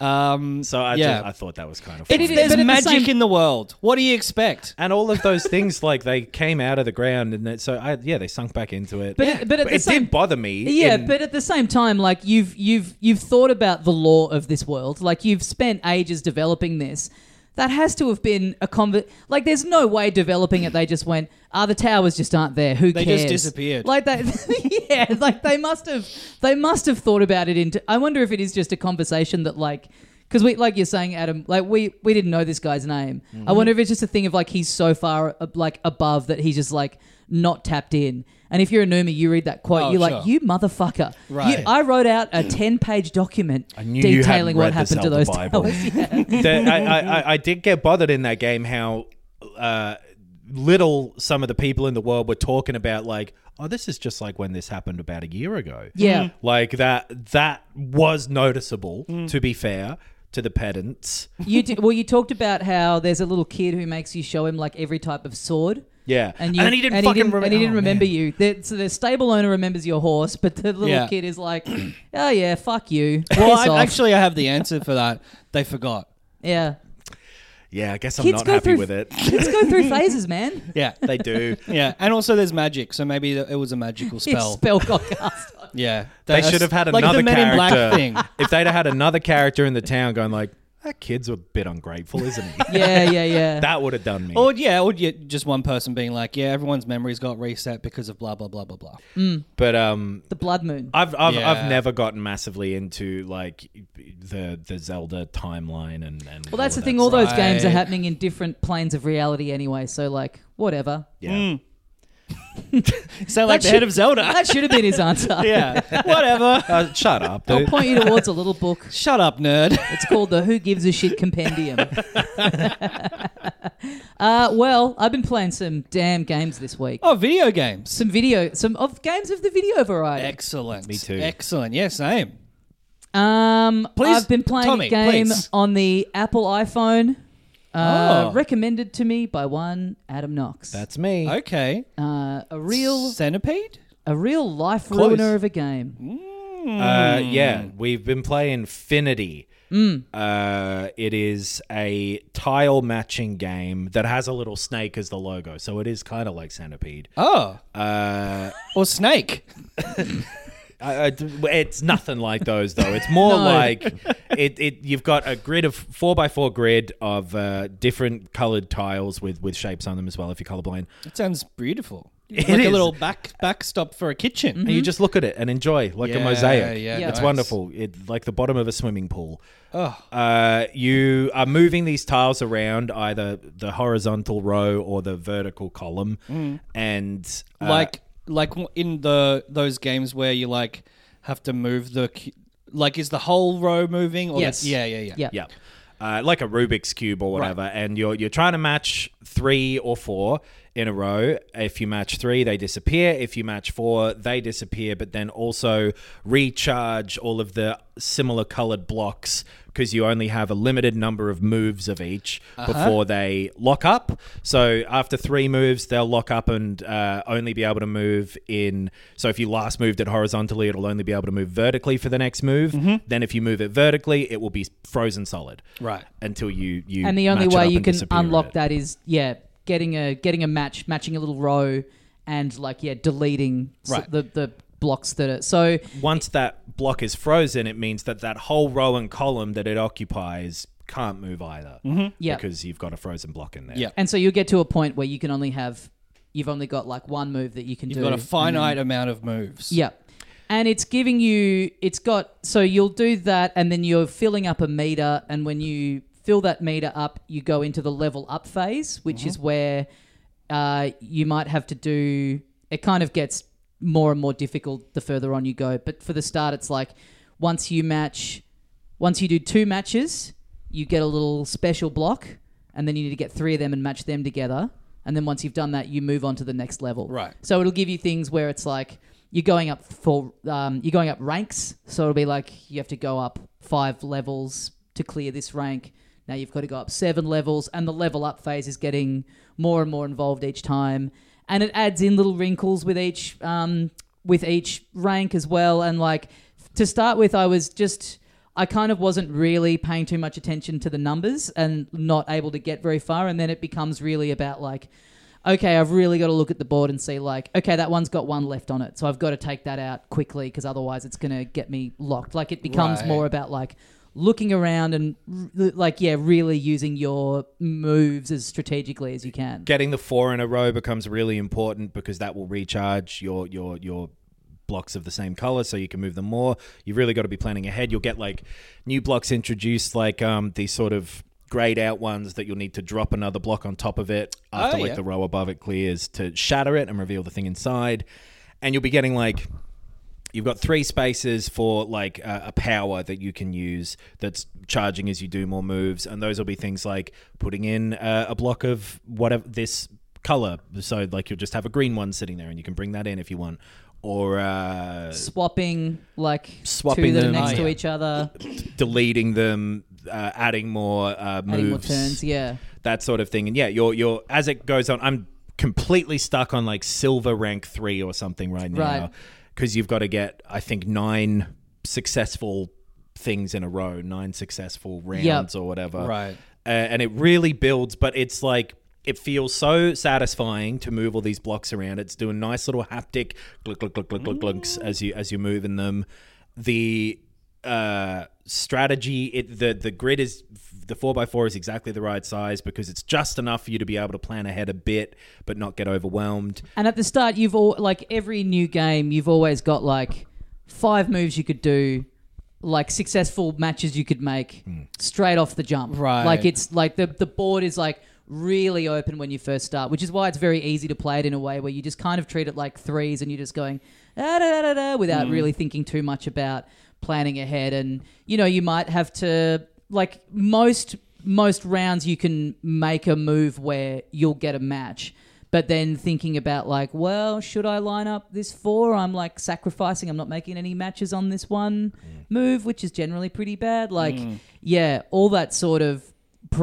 Speaker 5: Um,
Speaker 6: So I,
Speaker 5: yeah.
Speaker 6: just, I thought that was kind of
Speaker 4: It
Speaker 6: funny.
Speaker 4: is-
Speaker 5: there's
Speaker 4: but at the
Speaker 5: magic
Speaker 4: same-
Speaker 5: in the world. What do you expect?
Speaker 6: and all of those things like they came out of the ground and that, so I, yeah they sunk back into it.
Speaker 4: But it- but at the
Speaker 6: it
Speaker 4: same-
Speaker 6: did bother me.
Speaker 4: Yeah,
Speaker 6: in- (laughs)
Speaker 4: but at the same time, like you've you've you've thought about the law of this world. Like you've spent ages developing this. That has to have been a convert. Like there's no way developing it. They just went. Ah, the towers just aren't there. Who
Speaker 5: They
Speaker 4: cares?
Speaker 5: just disappeared.
Speaker 4: Like that. (laughs) yeah. Like they must have. They must have thought about it. Into. I wonder if it is just a conversation that like. Because we, like you're saying, Adam, like we we didn't know this guy's name. I
Speaker 5: Mm-hmm.
Speaker 4: wonder if it's just a thing of like he's so far uh, like above that he's just like not tapped in. And if you're a Numa, you read that quote,
Speaker 5: Oh,
Speaker 4: you're
Speaker 5: sure.
Speaker 4: like, you motherfucker. You-
Speaker 5: Right.
Speaker 4: I wrote out a 10 page document
Speaker 6: knew you
Speaker 4: detailing
Speaker 6: hadn't
Speaker 4: what
Speaker 6: read the
Speaker 4: happened to
Speaker 6: Zelda
Speaker 4: those
Speaker 6: Bible.
Speaker 4: towers. (laughs) Yeah.
Speaker 6: that I, I, I- I did get bothered in that game how uh, little some of the people in the world were talking about like oh this is just like when this happened about a year ago
Speaker 4: Yeah. Mhm.
Speaker 6: like that that was noticeable to be fair to the pedants
Speaker 4: you did, well, you talked about how there's a little kid who makes you show him like every type of sword.
Speaker 6: yeah
Speaker 4: And, you,
Speaker 6: he didn't fucking oh, remember
Speaker 4: and he didn't remember you. The, so the stable owner remembers your horse, but the little
Speaker 5: Yeah.
Speaker 4: kid is
Speaker 6: (clears throat)
Speaker 4: like, "Oh yeah, fuck you."
Speaker 5: Well,
Speaker 4: Piss off."
Speaker 5: I, actually, I have the answer for that. They forgot.
Speaker 4: yeah,
Speaker 6: yeah i guess i'm
Speaker 4: Kids
Speaker 6: not
Speaker 4: go
Speaker 6: happy
Speaker 4: through-
Speaker 6: with it
Speaker 4: (laughs) let's go
Speaker 6: (laughs)
Speaker 4: through phases, man.
Speaker 5: Yeah,
Speaker 6: they do
Speaker 5: yeah, and also there's magic, so maybe it was a magical
Speaker 4: (laughs) Spell,
Speaker 5: spell.
Speaker 4: spell got cast. on.
Speaker 5: yeah,
Speaker 6: they
Speaker 5: That's-
Speaker 6: should have had
Speaker 5: like
Speaker 6: another
Speaker 5: the Men
Speaker 6: character
Speaker 5: in Black thing.
Speaker 6: if they'd have had another character in the town going like that kid's a bit ungrateful isn't he
Speaker 4: Yeah, yeah, yeah.
Speaker 6: that would have done me
Speaker 5: Or yeah, or yeah, just one person being like, yeah, everyone's memories got reset because of blah blah blah blah blah.
Speaker 6: but um
Speaker 4: the blood moon.
Speaker 6: I've I've,
Speaker 5: Yeah.
Speaker 6: I've never gotten massively into like the the Zelda timeline and, and
Speaker 4: Well, that's the
Speaker 6: all of
Speaker 4: thing.
Speaker 6: that
Speaker 4: All
Speaker 6: stuff.
Speaker 4: those games are
Speaker 5: Right.
Speaker 4: happening in different planes of reality anyway. So, like, whatever.
Speaker 6: yeah.
Speaker 5: Sound like
Speaker 4: That
Speaker 5: the head
Speaker 4: should- (laughs)
Speaker 5: of Zelda. (laughs)
Speaker 4: That should have been his answer.
Speaker 5: yeah, whatever.
Speaker 6: Uh, shut up,
Speaker 4: I'll (laughs)
Speaker 6: dude.
Speaker 4: point you towards a little book.
Speaker 5: Shut up,
Speaker 4: (laughs)
Speaker 5: nerd.
Speaker 4: It's called the Who Gives a Shit Compendium.
Speaker 5: (laughs)
Speaker 4: (laughs) uh, well, I've been playing some damn games this week.
Speaker 5: Oh, video games.
Speaker 4: Some video, some of games of the video variety.
Speaker 5: Excellent. Me
Speaker 6: too.
Speaker 5: Excellent. Yeah, same.
Speaker 4: Um,
Speaker 5: Please,
Speaker 4: I've been playing
Speaker 5: Tommy,
Speaker 4: a game
Speaker 5: please.
Speaker 4: on the Apple iPhone, uh,
Speaker 5: Oh.
Speaker 4: recommended to me by one Adam Knox.
Speaker 6: That's me.
Speaker 5: Okay.
Speaker 4: uh, a real,
Speaker 5: Centipede?
Speaker 4: a real life
Speaker 6: Close.
Speaker 4: ruiner of a game.
Speaker 6: Uh, yeah, we've been playing Finity. Uh, it is a tile matching game that has a little snake as the logo, so it is kind of like Centipede.
Speaker 5: Oh.
Speaker 6: Uh,
Speaker 5: Or snake.
Speaker 6: I- I d- it's nothing like those though. It's more like it, it. You've got a grid of four by four grid of uh, different coloured tiles with with shapes on them as well. If you're colourblind,
Speaker 5: That sounds beautiful.
Speaker 6: It
Speaker 5: like a
Speaker 6: is.
Speaker 5: little back backstop for a kitchen.
Speaker 6: and you just look at it and enjoy like
Speaker 5: Yeah,
Speaker 6: a mosaic.
Speaker 5: yeah,
Speaker 4: Yeah.
Speaker 6: it's
Speaker 4: nice.
Speaker 6: wonderful. It like the bottom of a swimming pool.
Speaker 5: Oh.
Speaker 6: Uh, you are moving these tiles around either the horizontal row or the vertical column,
Speaker 5: Mm.
Speaker 6: and
Speaker 4: Mm-hmm.
Speaker 6: uh,
Speaker 5: like like w- in the those games where you like have to move the cu- like is the whole row moving or
Speaker 4: Yes.
Speaker 5: the, yeah, yeah, yeah.
Speaker 4: Yeah.
Speaker 6: Yeah. Uh, like a Rubik's cube or whatever, and you're you're trying to match three or four in a row. If you match three, they disappear. If you match four, they disappear. But then also recharge all of the similar colored blocks because you only have a limited number of moves of each
Speaker 5: Uh-huh.
Speaker 6: before they lock up. So after three moves, they'll lock up and uh, only be able to move in. So if you last moved it horizontally, it'll only be able to move vertically for the next move.
Speaker 5: Mm-hmm.
Speaker 6: Then if you move it vertically, it will be frozen solid.
Speaker 5: Right.
Speaker 6: Until you you
Speaker 4: and the only
Speaker 6: match it
Speaker 4: way
Speaker 6: up
Speaker 4: you
Speaker 6: and
Speaker 4: can
Speaker 6: disappear
Speaker 4: unlock
Speaker 6: it.
Speaker 4: that is yeah getting a getting a match matching a little row and like yeah deleting s-
Speaker 5: Right.
Speaker 4: the the blocks that are so
Speaker 6: Once that block is frozen, it means that that whole row and column that it occupies can't move either.
Speaker 4: Yeah.
Speaker 6: Because you've got a frozen block in there.
Speaker 5: Mm-hmm. Yeah.
Speaker 4: and so you get to a point where you can only have you've only got like one move that you can
Speaker 5: You've
Speaker 4: do
Speaker 5: got a
Speaker 4: Mm-hmm.
Speaker 5: finite amount of moves.
Speaker 4: yeah and it's giving you it's got so you'll do that and then you're filling up a meter and when you fill that meter up you go into the level up phase which is where uh, you might have to do it kind of gets more and more difficult the further on you go but for the start it's like once you match once you do two matches you get a little special block and then you need to get three of them and match them together and then once you've done that you move on to the next level
Speaker 5: Right.
Speaker 4: so it'll give you things where it's like you're going up for um, you're going up ranks so it'll be like you have to go up five levels to clear this rank now you've got to go up seven levels, and the level up phase is getting more and more involved each time. And it adds in little wrinkles with each um, with each rank as well. And like to start with, I was just I kind of wasn't really paying too much attention to the numbers and not able to get very far. And then it becomes really about like, okay, I've really got to look at the board and see like, okay, that one's got one left on it, so I've got to take that out quickly because otherwise it's going to get me locked. Like it becomes
Speaker 5: Right.
Speaker 4: more about like looking around and r- like yeah, really using your moves as strategically as you can.
Speaker 6: Getting the four in a row becomes really important because that will recharge your your your blocks of the same color so you can move them more. You've really got to be planning ahead. You'll get like new blocks introduced like um these sort of grayed out ones that you'll need to drop another block on top of it after
Speaker 5: Oh,
Speaker 6: like
Speaker 5: yeah.
Speaker 6: the row above it clears to shatter it and reveal the thing inside. And you'll be getting like You've got three spaces for like a a power that you can use that's charging as you do more moves, and those will be things like putting in uh, a block of whatever this color. So like you'll just have a green one sitting there, and you can bring that in if you want, or uh,
Speaker 4: Swapping like
Speaker 6: Swapping
Speaker 4: two that are
Speaker 6: them.
Speaker 4: next
Speaker 6: Oh,
Speaker 4: to
Speaker 6: yeah.
Speaker 4: each other,
Speaker 6: deleting them, uh, adding more uh, moves,
Speaker 4: adding more turns. Yeah.
Speaker 6: that sort of thing. And yeah, you're you're as it goes on, I'm completely stuck on like silver rank three or something right now
Speaker 4: Right.
Speaker 6: because you've got to get I think nine successful things in a row, nine successful rounds or whatever,
Speaker 5: Right.
Speaker 6: Uh, and it really builds, but it's like. It feels so satisfying to move all these blocks around. It's doing nice little haptic glug glug glug glug glug glugs as you as you're moving them. The uh, strategy. It the the grid is the four x four is exactly the right size because it's just enough for you to be able to plan ahead a bit, but not get overwhelmed.
Speaker 4: And at the start, you've all like every new game, you've always got like five moves you could do, like successful matches you could make straight off the jump.
Speaker 5: Right.
Speaker 4: Like it's like the the board is like really open when you first start, which is why it's very easy to play it in a way where you just kind of treat it like threes and you're just going da da da da without really thinking too much about planning ahead. And you know, you might have to like most most rounds you can make a move where you'll get a match but then thinking about like, well, should I line up this four? I'm like sacrificing. I'm not making any matches on this one move, which is generally pretty bad. Like, yeah, all that sort of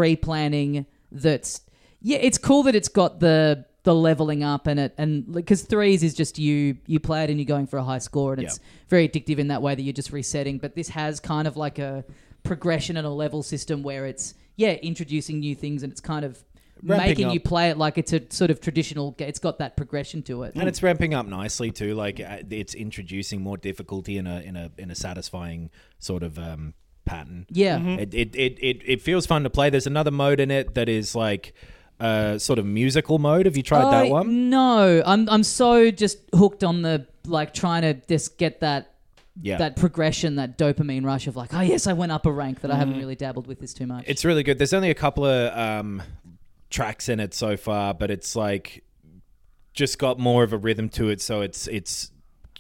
Speaker 4: pre-planning. That's yeah, it's cool that it's got the the leveling up and it and because threes is just you you play it and you're going for a high score and it's very addictive in that way that you're just resetting. But this has kind of like a progression and a level system where it's yeah introducing new things and it's kind of
Speaker 6: Ramping
Speaker 4: making
Speaker 6: up.
Speaker 4: you play it like it's a sort of traditional. ga- It's got that progression to it.
Speaker 6: And it's ramping up nicely too. Like uh, it's introducing more difficulty in a in a in a satisfying sort of um, pattern.
Speaker 4: yeah,
Speaker 6: It, it, it, it, it feels fun to play. There's another mode in it that is like uh, sort of musical mode. Have you tried that
Speaker 4: I-
Speaker 6: one?
Speaker 4: No, I'm I'm so just hooked on the like trying to just get that
Speaker 6: Yeah.
Speaker 4: that progression, that dopamine rush of like, oh yes, I went up a rank that I haven't really dabbled with this too much.
Speaker 6: Mm-hmm. It's really good. There's only a couple of um, tracks in it so far, but it's like just got more of a rhythm to it. So it's it's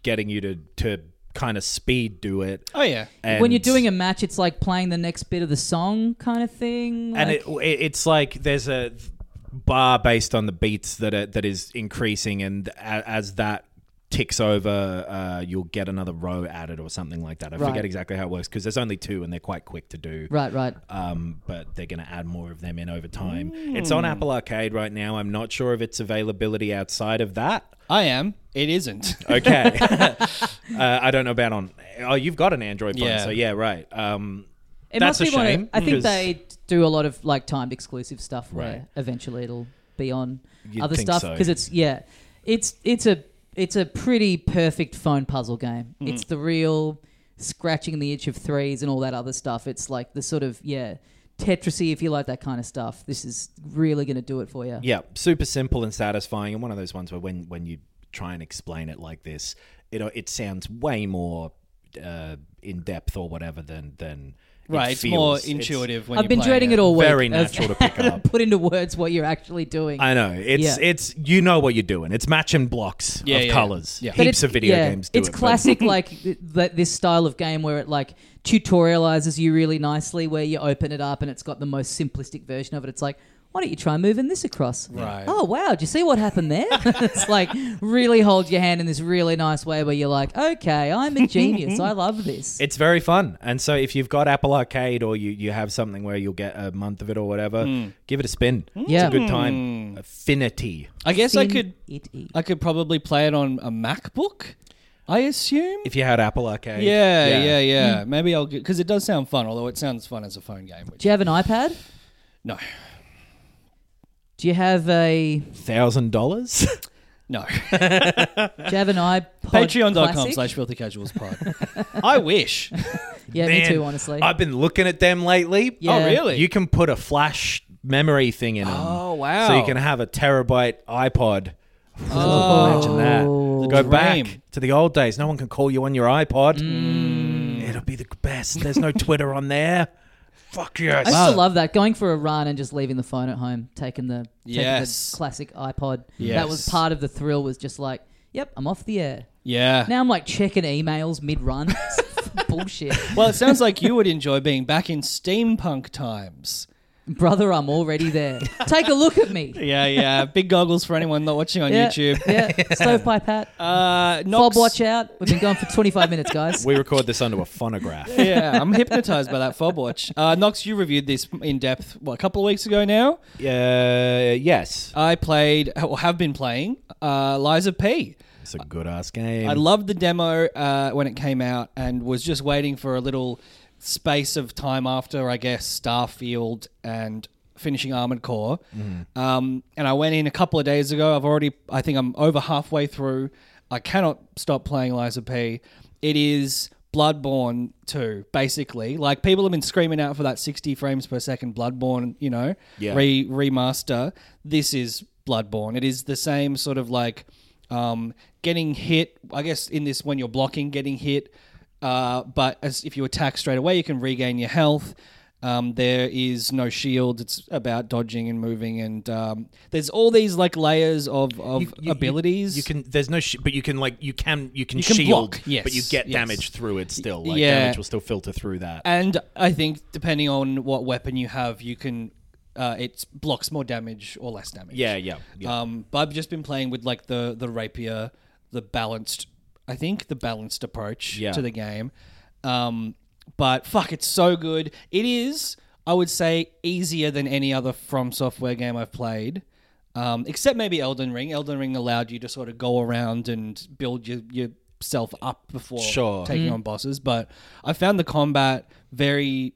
Speaker 6: getting you to to kind of speed do it.
Speaker 5: Oh yeah.
Speaker 6: And,
Speaker 4: when you're doing a match, it's like playing the next bit of the song kind of thing.
Speaker 6: and
Speaker 4: like-
Speaker 6: it, it it's like there's a bar based on the beats that are, that is increasing, and a, as that ticks over, uh, you'll get another row added or something like that. I
Speaker 4: Right.
Speaker 6: forget exactly how it works because there's only two, and they're quite quick to do.
Speaker 4: right, right.
Speaker 6: um, but they're going to add more of them in over time. It's
Speaker 4: Mm.
Speaker 6: on Apple Arcade right now. I'm not sure of its availability outside of
Speaker 4: (laughs)
Speaker 6: that.
Speaker 5: I am. (laughs) It isn't.
Speaker 6: Okay, (laughs) uh, I don't know about on. Oh, you've got an Android phone,
Speaker 5: Yeah.
Speaker 6: so yeah, right. Um,
Speaker 4: It
Speaker 6: that's
Speaker 4: must be
Speaker 6: a
Speaker 4: one. Of,
Speaker 6: shame,
Speaker 4: I think
Speaker 6: 'cause-
Speaker 4: they do a lot of like timed exclusive stuff where
Speaker 6: Right.
Speaker 4: eventually it'll be on
Speaker 6: You'd
Speaker 4: other
Speaker 6: think
Speaker 4: stuff
Speaker 6: so.
Speaker 4: because it's yeah, it's it's a it's a pretty perfect phone puzzle game.
Speaker 6: Mm.
Speaker 4: It's the real scratching the itch of threes and all that other stuff. It's like the sort of yeah Tetrisy if you like that kind of stuff. This is really going to do it for you.
Speaker 6: yeah, super simple and satisfying, and one of those ones where when when you try and explain it like this, it it sounds way more uh, in depth or whatever than than. it
Speaker 5: Right. It's
Speaker 6: feels.
Speaker 5: more
Speaker 6: It's
Speaker 5: intuitive when
Speaker 4: I've
Speaker 5: you're
Speaker 4: been
Speaker 5: playing
Speaker 4: dreading it all week.
Speaker 6: Very
Speaker 4: of (laughs)
Speaker 6: natural to pick
Speaker 4: how
Speaker 6: up.
Speaker 4: Put into words what you're actually doing.
Speaker 6: I know it's
Speaker 4: Yeah.
Speaker 6: it's you know what you're doing. It's matching blocks
Speaker 5: Yeah,
Speaker 6: of
Speaker 5: yeah.
Speaker 6: colors.
Speaker 5: Yeah.
Speaker 4: But
Speaker 6: Heaps
Speaker 4: it's-
Speaker 6: of video
Speaker 4: yeah,
Speaker 6: games do
Speaker 4: it's
Speaker 6: it. but-
Speaker 4: classic,
Speaker 6: (laughs)
Speaker 4: like th- th- this style of game where it like tutorializes you really nicely, where you open it up and it's got the most simplistic version of it. It's like, why don't you try moving this across?
Speaker 5: Right.
Speaker 4: Oh wow, did you see what happened there? (laughs) it's like really hold your hand in this really nice way where you're like, okay, I'm a genius. I love this.
Speaker 6: (laughs) It's very fun. And so if you've got Apple Arcade or you, you have something where you'll get a month of it or whatever,
Speaker 5: Hmm.
Speaker 6: give it a spin.
Speaker 4: Yeah.
Speaker 6: It's a good time. Affinity.
Speaker 5: I guess I
Speaker 4: Fin
Speaker 5: could.
Speaker 4: It is.
Speaker 5: I could probably play it on a MacBook. I assume.
Speaker 6: If you had Apple Arcade.
Speaker 5: yeah, yeah, yeah.
Speaker 4: Hmm.
Speaker 5: Maybe I'll because it does sound fun. Although it sounds fun as a phone game. Which
Speaker 4: Do you have an iPad?
Speaker 5: no,
Speaker 4: Do you have a Do
Speaker 6: Thousand dollars? (laughs)
Speaker 4: (laughs)
Speaker 5: no.
Speaker 4: you have an iPod?
Speaker 5: Patreon.com
Speaker 4: Classic?
Speaker 5: slash filthy
Speaker 4: (laughs)
Speaker 5: casuals pod. I wish.
Speaker 4: Yeah, me too. Honestly,
Speaker 6: I've been looking at them lately.
Speaker 4: Yeah. Oh,
Speaker 5: really?
Speaker 6: You can put a flash memory thing in them.
Speaker 5: Oh, wow.
Speaker 6: So you can have a terabyte iPod.
Speaker 4: Oh.
Speaker 6: Imagine that.
Speaker 5: The
Speaker 6: Go back
Speaker 5: Oh, dream.
Speaker 6: to the old days. No one can call you on your iPod.
Speaker 5: Mm.
Speaker 6: It'll be the best. There's no Twitter on there. Fuck yes.
Speaker 4: I used to love that. Going for a run and just leaving the phone at home, taking the, taking
Speaker 5: Yes.
Speaker 4: the classic iPod. That
Speaker 5: Yes.
Speaker 4: was part of the thrill. Was just like, yep, I'm off the air.
Speaker 5: Yeah.
Speaker 4: Now I'm like checking emails mid (laughs) run. Bullshit,
Speaker 5: Well, it sounds like you would enjoy being back in steampunk times.
Speaker 4: brother. I'm already there. Take a look at
Speaker 5: (laughs)
Speaker 4: me.
Speaker 5: Yeah, yeah. Big goggles for anyone not watching on
Speaker 4: Yeah, (laughs)
Speaker 5: YouTube.
Speaker 4: Yeah, stovepipe hat.
Speaker 5: (laughs) Uh,
Speaker 4: Bob,
Speaker 5: Knox,
Speaker 4: watch out. We've been going for 25 minutes,
Speaker 5: (laughs)
Speaker 4: guys.
Speaker 6: We record this onto a phonograph.
Speaker 5: yeah, I'm hypnotized by that fob watch. Uh, Knox, you reviewed this in depth what a couple of weeks ago now.
Speaker 6: Uh, yes.
Speaker 5: I played or have been playing uh, Liza P.
Speaker 6: It's a good ass game.
Speaker 5: I loved the demo uh, when it came out and was just waiting for a little space of time after, I guess, Starfield and finishing Armored Core. Um, and I went in a couple of days ago. I've already, I think I'm over halfway through. I cannot stop playing Liza P. It is Bloodborne 2, basically. Like, people have been screaming out for that 60 frames per second Bloodborne, you know,
Speaker 6: Yeah.
Speaker 5: re- remaster. This is Bloodborne. It is the same sort of like um, getting hit. I guess in this when you're blocking, getting hit. Uh, but as if you attack straight away, you can regain your health. Um, there is no shield. It's about dodging and moving, and um, there's all these like layers of, of
Speaker 6: You- you-
Speaker 5: abilities.
Speaker 6: You, can. There's no. Sh- but you can like. You can. You can,
Speaker 5: You can
Speaker 6: shield.
Speaker 5: block, yes,
Speaker 6: But you get
Speaker 5: yes.
Speaker 6: damage through it still. Like
Speaker 5: Yeah.
Speaker 6: damage will still filter through that.
Speaker 5: And I think depending on what weapon you have, you can uh, it blocks more damage or less damage.
Speaker 6: Yeah, yeah, yeah.
Speaker 5: Um, but I've just been playing with like the the rapier, the balanced. I think the balanced approach
Speaker 6: Yeah.
Speaker 5: to the game. Um, but fuck, it's so good. It is, I would say, easier than any other From Software game I've played. Um, except maybe Elden Ring. Elden Ring allowed you to sort of go around and build your, yourself up before
Speaker 6: Sure.
Speaker 5: taking on bosses. But I found the combat very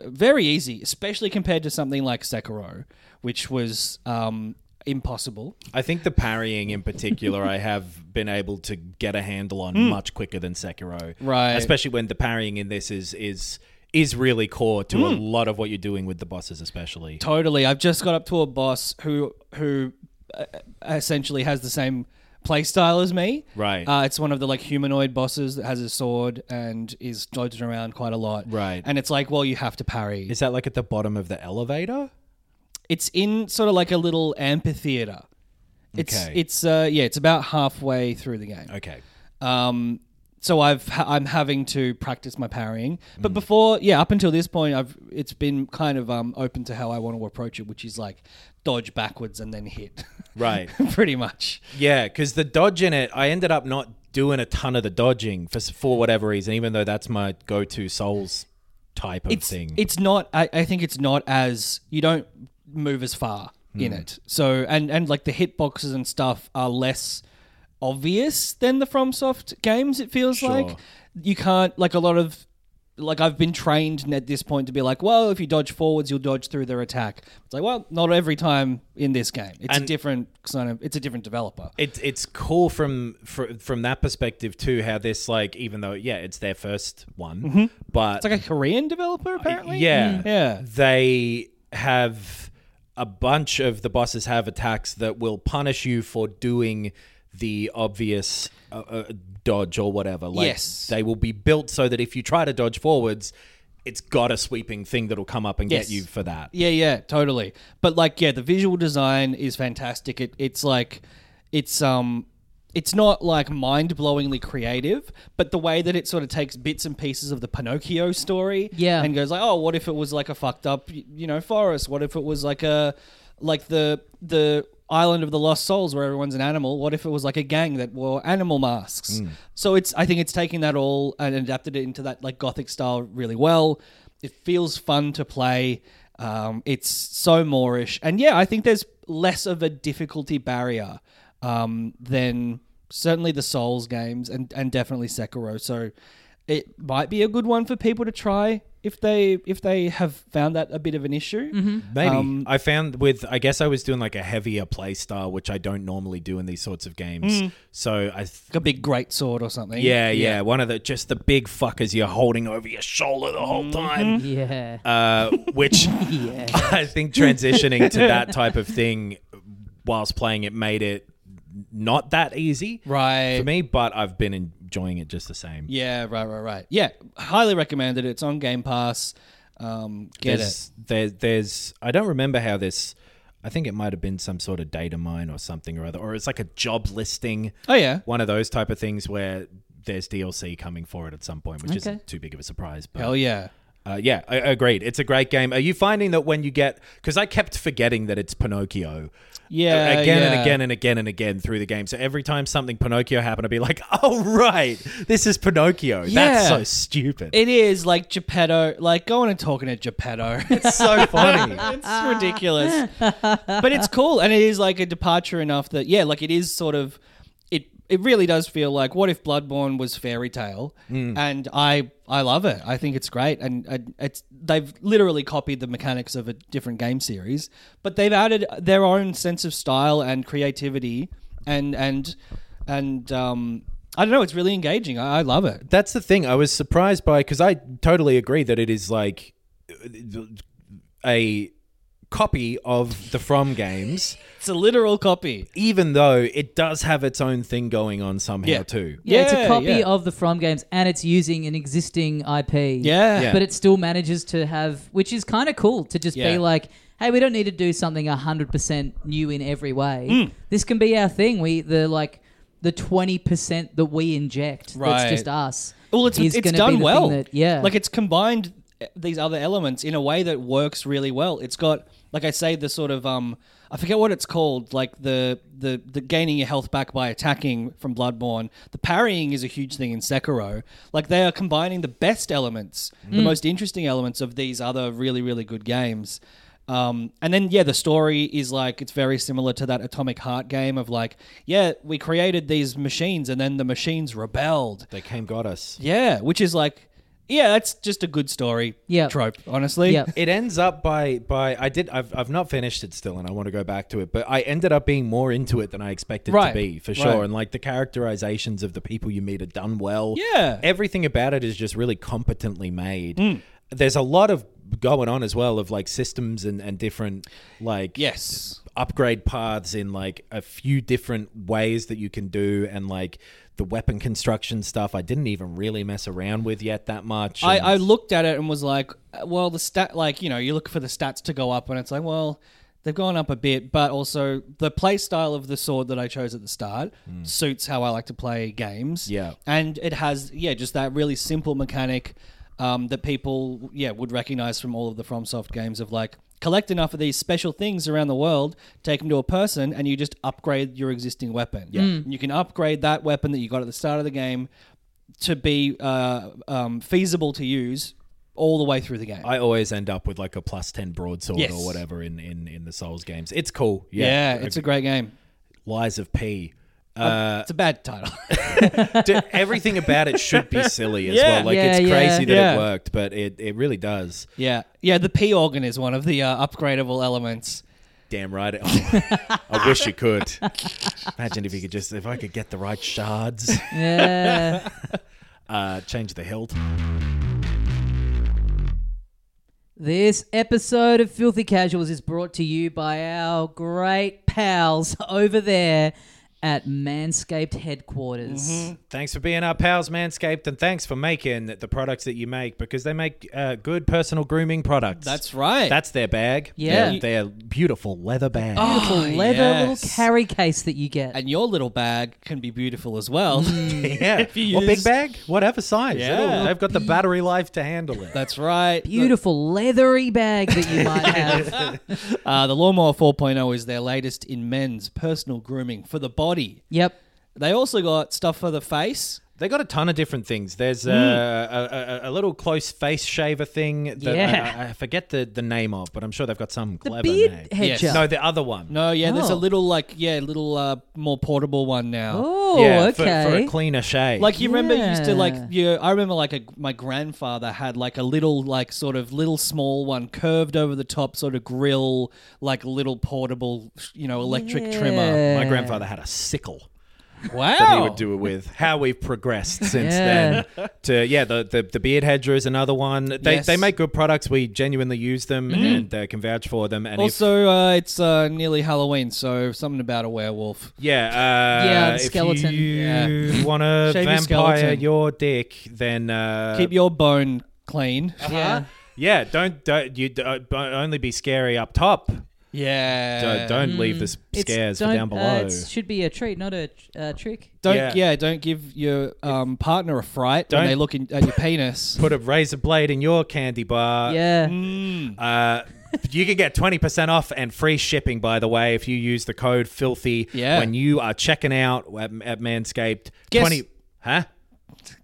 Speaker 5: very easy, especially compared to something like Sekiro, which was um, impossible.
Speaker 6: I think the parrying in particular, I have been able to get a handle on much quicker than Sekiro.
Speaker 5: Hmm. Right.
Speaker 6: Especially when the parrying in this is is is really core to
Speaker 5: Hmm.
Speaker 6: a lot of what you're doing with the bosses, especially.
Speaker 5: Totally, I've just got up to a boss who who uh, essentially has the same play style as me.
Speaker 6: Right.
Speaker 5: Uh, it's one of the like humanoid bosses that has a sword and is dodging around quite a lot.
Speaker 6: Right.
Speaker 5: And it's like, well, you have to parry.
Speaker 6: Is that like at the bottom of the elevator?
Speaker 5: it's in sort of like a little amphitheater. It's
Speaker 6: Okay.
Speaker 5: it's uh, yeah, it's about halfway through the game. (laughs)
Speaker 6: Okay.
Speaker 5: Um, so I've ha- I'm having to practice my parrying, but before yeah, up until this point, I've it's been kind of um, open to how I want to approach it, which is like dodge backwards and then hit,
Speaker 6: Right.
Speaker 5: (laughs) pretty much.
Speaker 6: Yeah, because the dodge in it, I ended up not doing a ton of the dodging for for whatever reason, even though that's my go to souls type of
Speaker 5: It's
Speaker 6: thing.
Speaker 5: it's not. I, I think it's not as you don't move as far in
Speaker 6: Hmm.
Speaker 5: it. So and and like the hitboxes and stuff are less obvious than the FromSoft games. It feels like you can't like a lot of like I've been trained at this point to be like, well, if you dodge forwards, you'll dodge through their attack. It's like, well, not every time in this game. It's a
Speaker 6: And-
Speaker 5: different kind of. It's a different developer.
Speaker 6: it's it's cool from fr- from that perspective too. How this like even though yeah, it's their first one, but
Speaker 5: Mm-hmm. It's like a Korean developer apparently.
Speaker 6: yeah,
Speaker 5: yeah.
Speaker 6: they have a bunch of the bosses have attacks that will punish you for doing the obvious uh, uh, dodge or whatever. Like,
Speaker 5: Yes.
Speaker 6: they will be built so that if you try to dodge forwards. It's got a sweeping thing that'll come up and
Speaker 5: Yes.
Speaker 6: get you for that.
Speaker 5: Yeah, yeah, totally. But like, yeah, the visual design is fantastic. It, it's like, it's um, it's not like mind-blowingly creative, but the way that it sort of takes bits and pieces of the Pinocchio story,
Speaker 4: Yeah.
Speaker 5: and goes like, oh, what if it was like a fucked up, y- you know, forest? What if it was like a, like the the island of the lost souls where everyone's an animal? What if it was like a gang that wore animal masks? So it's, I think it's taking that all and adapted it into that like gothic style really well. It feels fun to play. Um, it's so Moorish, and yeah, I think there's less of a difficulty barrier um, than certainly the Souls games, and and definitely Sekiro. So it might be a good one for people to try if they if they have found that a bit of an issue.
Speaker 6: Maybe
Speaker 5: Um,
Speaker 6: I found with I guess I was doing like a heavier play style, which I don't normally do in these sorts of games.
Speaker 5: Mm.
Speaker 6: So I, th-
Speaker 5: Like a big great sword or something.
Speaker 6: yeah, yeah, one of the just the big fuckers you're holding over your shoulder the whole time.
Speaker 5: Mm-hmm.
Speaker 4: Yeah.
Speaker 6: Uh,
Speaker 5: (laughs)
Speaker 6: which I think transitioning to that type of thing whilst playing it made it not that easy,
Speaker 5: Right.
Speaker 6: for me. But I've been enjoying it just the same.
Speaker 5: Yeah, right, right, right. Yeah, highly recommended. It's on Game Pass. Um, get it.
Speaker 6: there's, There, there's I don't remember how this. I think it might have been some sort of data mine or something or other, or it's like a job listing.
Speaker 5: Oh, yeah.
Speaker 6: one of those type of things where there's DLC coming for it at some point, which
Speaker 4: Okay.
Speaker 6: isn't too big of a surprise. But
Speaker 5: Hell yeah.
Speaker 6: uh, yeah, I, I agreed. It's a great game. Are you finding that when you get because I kept forgetting that it's Pinocchio, uh,
Speaker 5: Yeah,
Speaker 6: again and
Speaker 5: yeah.
Speaker 6: again and again and again through the game. So every time something Pinocchio happened, I'd be like, (laughs) "Oh right, this is Pinocchio." That's
Speaker 5: Yeah.
Speaker 6: so stupid.
Speaker 5: It is like Geppetto, like going and talking to
Speaker 6: (laughs)
Speaker 5: Geppetto.
Speaker 6: it's so funny. (laughs)
Speaker 5: it's ridiculous, but it's cool, and it is like a departure enough that yeah, like it is sort of it. It really does feel like what if Bloodborne was fairy tale, and I I love it. I think it's great, and and it's they've literally copied the mechanics of a different game series, but they've added their own sense of style and creativity, and and and um. I don't know. It's really engaging. I, I love it.
Speaker 6: That's the thing I was surprised by because I totally agree that it is like a copy of the From games.
Speaker 5: It's a literal copy.
Speaker 6: even though it does have its own thing going on somehow
Speaker 5: Yeah.
Speaker 6: too.
Speaker 4: yeah, it's a
Speaker 5: yeah,
Speaker 4: copy
Speaker 5: yeah.
Speaker 4: of the From games, and it's using an existing IP.
Speaker 5: Yeah.
Speaker 6: Yeah.
Speaker 4: but it still manages to have, which is kind of cool to just
Speaker 5: Yeah.
Speaker 4: be like, hey, we don't need to do something hundred percent new in every way.
Speaker 5: Hmm.
Speaker 4: This can be our thing. We the like the twenty percent that we inject
Speaker 5: Right.
Speaker 4: that's just us.
Speaker 5: Well, it's
Speaker 4: is
Speaker 5: it's
Speaker 4: gonna be
Speaker 5: done
Speaker 4: the
Speaker 5: well.
Speaker 4: thing that- yeah,
Speaker 5: like it's combined eh, these other elements in a way that works really well. It's got, like I say, the sort of um, I forget what it's called, like the the the gaining your health back by attacking from Bloodborne. The parrying is a huge thing in Sekiro. Like they are combining the best elements,
Speaker 4: Mm.
Speaker 5: the most interesting elements of these other really really good games. Um, and then yeah, the story is like it's very similar to that Atomic Heart game of like yeah, we created these machines and then the machines rebelled.
Speaker 6: They came got us.
Speaker 5: Yeah, which is like, yeah, that's just a good story
Speaker 4: Yeah.
Speaker 5: trope, honestly.
Speaker 4: Yeah.
Speaker 6: It ends up by by I did I've I've not finished it still and I want to go back to it, but I ended up being more into it than I expected
Speaker 5: Right.
Speaker 6: to be for
Speaker 5: Right.
Speaker 6: sure. And like the characterizations of the people you meet are done well.
Speaker 5: Yeah. Mm.
Speaker 6: Everything about it is just really competently made. There's a lot of going on as well of like systems and, and different like
Speaker 5: Yes.
Speaker 6: upgrade paths in like a few different ways that you can do and like the weapon construction stuff I didn't even really mess around with yet that much.
Speaker 5: I,
Speaker 6: and-
Speaker 5: I looked at it and was like, uh, well, the stat, like, you know, you look for the stats to go up, and it's like, well, they've gone up a bit, but also the play style of the sword that I chose at the start suits how I like to play games.
Speaker 6: Yeah.
Speaker 5: And it has, yeah, just that really simple mechanic um, that people, yeah, would recognize from all of the FromSoft games of like, collect enough of these special things around the world, take them to a person, and you just upgrade your existing weapon. Yeah. You can upgrade that weapon that you got at the start of the game to be uh, um, feasible to use all the way through the game.
Speaker 6: I always end up with like a plus 10 broadsword
Speaker 5: Yes.
Speaker 6: or whatever in, in, in the Souls games. It's cool.
Speaker 5: yeah,
Speaker 6: Yeah.
Speaker 5: it's a great game.
Speaker 6: Lies of P.
Speaker 5: it's a bad title. (laughs)
Speaker 6: D- everything about it should be silly as
Speaker 5: Yeah.
Speaker 6: well. Like
Speaker 4: Yeah,
Speaker 6: it's
Speaker 4: yeah.
Speaker 6: crazy that
Speaker 5: Yeah.
Speaker 6: it worked, but it, it really does.
Speaker 5: yeah, yeah. The P organ is one of the uh, upgradable elements.
Speaker 6: Damn right. it- Oh, I wish you could. Imagine if you could just, if I could get the right shards,
Speaker 4: yeah.
Speaker 6: (laughs) uh, change the hilt.
Speaker 4: This episode of Filthy Casuals is brought to you by our great pals (laughs) over there at Manscaped headquarters.
Speaker 5: Mm-hmm.
Speaker 6: Thanks for being our pals, Manscaped, and thanks for making the products that you make because they make uh, good personal grooming products.
Speaker 5: That's right.
Speaker 6: That's their bag.
Speaker 4: Yeah. Oh.
Speaker 6: Their, their beautiful leather bag.
Speaker 4: Beautiful leather little
Speaker 5: Oh, yes.
Speaker 4: carry case that you get.
Speaker 5: and your little bag can be beautiful as well.
Speaker 6: (laughs)
Speaker 4: (laughs)
Speaker 6: Yeah.
Speaker 5: If you
Speaker 6: What
Speaker 5: use-
Speaker 6: big bag? Whatever size.
Speaker 5: Yeah.
Speaker 6: It'll- They've got the battery life to handle
Speaker 5: (laughs)
Speaker 6: it.
Speaker 5: That's right.
Speaker 4: Beautiful leathery bag that you
Speaker 5: (laughs)
Speaker 4: might have.
Speaker 5: Uh, the Lawnmower 4.0 is their latest in men's personal grooming for the body.
Speaker 4: yep.
Speaker 5: They also got stuff for the face.
Speaker 6: They got a ton of different things. There's uh, a, a, a little close face shaver thing that I-
Speaker 4: Mm. Yeah.
Speaker 6: I, I forget the, the name of, but I'm sure they've got some
Speaker 4: The
Speaker 6: clever
Speaker 4: beard
Speaker 6: name.
Speaker 4: head
Speaker 5: Yes.
Speaker 4: gel.
Speaker 6: No, the other one.
Speaker 5: No, yeah, there's a
Speaker 4: Oh.
Speaker 5: little like yeah, little uh, more portable one now.
Speaker 4: Oh,
Speaker 6: yeah, for-
Speaker 4: okay.
Speaker 6: for, a cleaner shave.
Speaker 5: Like you remember, you used to like
Speaker 4: Yeah.
Speaker 5: you. I remember like a, my grandfather had like a little like sort of little small one curved over the top sort of grill like little portable you know electric trimmer.
Speaker 4: Yeah.
Speaker 6: my grandfather had a sickle.
Speaker 5: Wow,
Speaker 6: that he would do it with. How we've progressed since
Speaker 4: Yeah.
Speaker 6: then. To yeah, the, the the beard hedger is another one. They
Speaker 5: Yes.
Speaker 6: they make good products. We genuinely use them and uh, can vouch for them. And if,
Speaker 5: Also, uh, it's uh, nearly Halloween, so something about a werewolf.
Speaker 6: yeah, uh,
Speaker 4: Yeah, the
Speaker 6: if
Speaker 4: skeleton.
Speaker 6: you
Speaker 5: Yeah.
Speaker 6: want to
Speaker 5: Shave your
Speaker 6: vampire
Speaker 5: skeleton.
Speaker 6: your dick, then uh,
Speaker 5: Keep your bone clean.
Speaker 4: yeah.
Speaker 6: yeah, don't don't you uh, b- only be scary up top.
Speaker 5: Yeah.
Speaker 6: Don't, don't leave the s-
Speaker 4: Um, It's-
Speaker 6: scares for
Speaker 4: don't-
Speaker 6: down below.
Speaker 4: Uh, it should be a treat, not a uh, trick.
Speaker 5: Don't-
Speaker 6: Yeah.
Speaker 5: yeah. Don't give your um, partner a fright
Speaker 6: Don't-
Speaker 5: when they look in, at your penis.
Speaker 6: Put a razor blade in your candy bar.
Speaker 4: yeah.
Speaker 5: mm,
Speaker 6: Uh, you can get 20% off and free shipping, by the way, if you use the code filthy
Speaker 5: Yeah.
Speaker 6: when you are checking out at, at Manscaped.
Speaker 5: Guess-
Speaker 6: 20 Huh?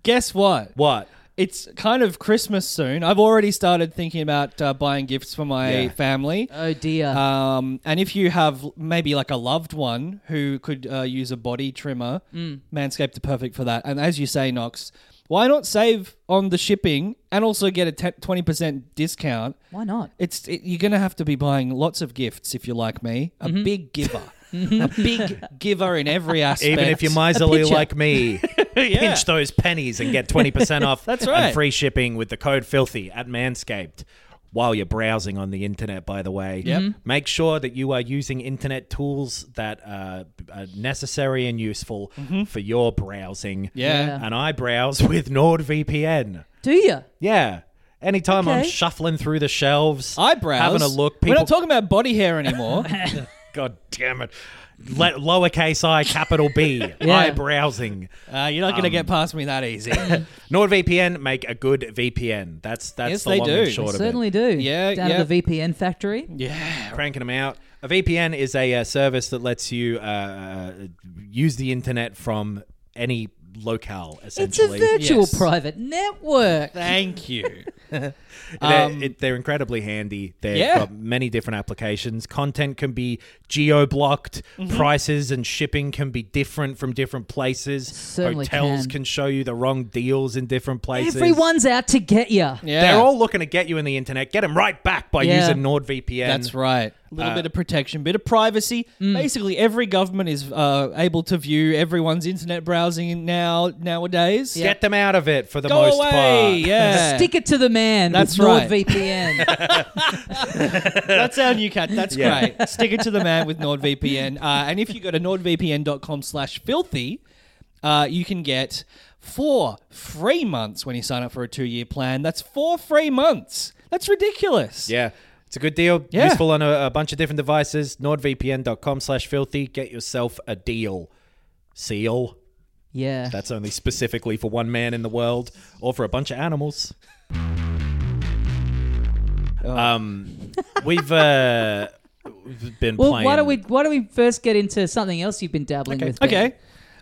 Speaker 5: Guess what?
Speaker 6: What?
Speaker 5: It's kind of Christmas soon. I've already started thinking about uh, buying gifts for my
Speaker 6: Yeah.
Speaker 5: family.
Speaker 4: Oh dear.
Speaker 5: Um, and if you have maybe like a loved one who could uh, use a body trimmer,
Speaker 6: Mm.
Speaker 5: Manscaped are perfect for that. And as you say, Knox, why not save on the shipping and also get a te- 20% discount?
Speaker 4: Why not?
Speaker 5: It's it, you're gonna have to be buying lots of gifts if you're like me, a big giver,
Speaker 6: (laughs)
Speaker 5: a big giver in every aspect.
Speaker 6: Mm-hmm. Even if you're miserly
Speaker 4: picture.
Speaker 5: (laughs)
Speaker 6: like me, pinch those pennies and get 20% off
Speaker 5: That's
Speaker 6: and
Speaker 5: right.
Speaker 6: free shipping with the code filthy at Manscaped. While you're browsing on the internet, by the way, Mm-hmm. make sure that you are using internet tools that uh, are necessary and useful for your browsing.
Speaker 5: Mm-hmm. yeah.
Speaker 4: Yeah.
Speaker 6: And I browse (laughs) with NordVPN.
Speaker 4: Do you?
Speaker 6: Yeah. Anytime I'm
Speaker 4: Okay.
Speaker 6: shuffling through the shelves,
Speaker 5: Eyebrows.
Speaker 6: having a look,
Speaker 5: We're
Speaker 6: people.
Speaker 5: not talking about body hair
Speaker 6: (laughs)
Speaker 5: anymore.
Speaker 6: God damn it! Let lowercase i, capital
Speaker 4: (laughs)
Speaker 6: B, eyebrowsing.
Speaker 5: uh, you're not gonna
Speaker 6: Um,
Speaker 5: get past me that
Speaker 6: (laughs)
Speaker 5: easy.
Speaker 6: NordVPN make a good VPN. That's that's
Speaker 5: Yes,
Speaker 6: the
Speaker 5: they
Speaker 6: long
Speaker 5: do.
Speaker 6: and short of
Speaker 4: Certainly do.
Speaker 5: Yeah,
Speaker 4: Down
Speaker 5: yeah.
Speaker 4: at the VPN factory.
Speaker 5: yeah.
Speaker 6: it. Cranking them out. A VPN is a uh, service that lets you uh, use the internet from any locale.
Speaker 4: It's a
Speaker 6: Essentially,
Speaker 4: virtual
Speaker 5: Yes.
Speaker 4: private network.
Speaker 5: Thank you.
Speaker 6: They're,
Speaker 5: Um,
Speaker 6: it, they're incredibly handy. They've
Speaker 5: Yeah.
Speaker 6: got many different applications. Content can be geo blocked.
Speaker 5: Mm-hmm.
Speaker 6: Prices and shipping can be different from different places.
Speaker 4: Certainly
Speaker 6: Hotels can.
Speaker 4: can.
Speaker 6: show you the wrong deals in different places.
Speaker 4: Everyone's out to get you.
Speaker 5: Yeah.
Speaker 6: They're all looking to get you in the internet. Get them right back by
Speaker 4: Yeah.
Speaker 6: using NordVPN.
Speaker 5: That's right. Mm. A
Speaker 6: Uh,
Speaker 5: little bit of protection, bit of privacy. Basically, every government is uh, able to view everyone's internet browsing now nowadays.
Speaker 6: Get them out of it for the
Speaker 5: Go
Speaker 6: most
Speaker 5: away.
Speaker 6: part. (laughs)
Speaker 5: Yeah.
Speaker 4: Stick it to the man.
Speaker 5: That's
Speaker 4: with
Speaker 5: right. (laughs)
Speaker 4: NordVPN.
Speaker 5: That's our new cat. That's
Speaker 6: Yeah. (laughs)
Speaker 5: great. Stick it to the man with NordVPN. Uh, and if you go to nordvpn.com slash filthy, uh, you can get four free months when you sign up for a two-year plan. That's four free months. That's ridiculous.
Speaker 6: Yeah. It's a good deal.
Speaker 5: Yeah.
Speaker 6: Useful on a, a bunch of different devices. NordVPN.com slash filthy. Get yourself a deal. Seal.
Speaker 4: yeah.
Speaker 6: That's only specifically for one man in the world or for a bunch of animals.
Speaker 4: Oh.
Speaker 6: Um, we've uh, we've been
Speaker 4: well,
Speaker 6: playing.
Speaker 4: why don't we why don't we first get into something else you've been dabbling with? Ben?
Speaker 5: Okay.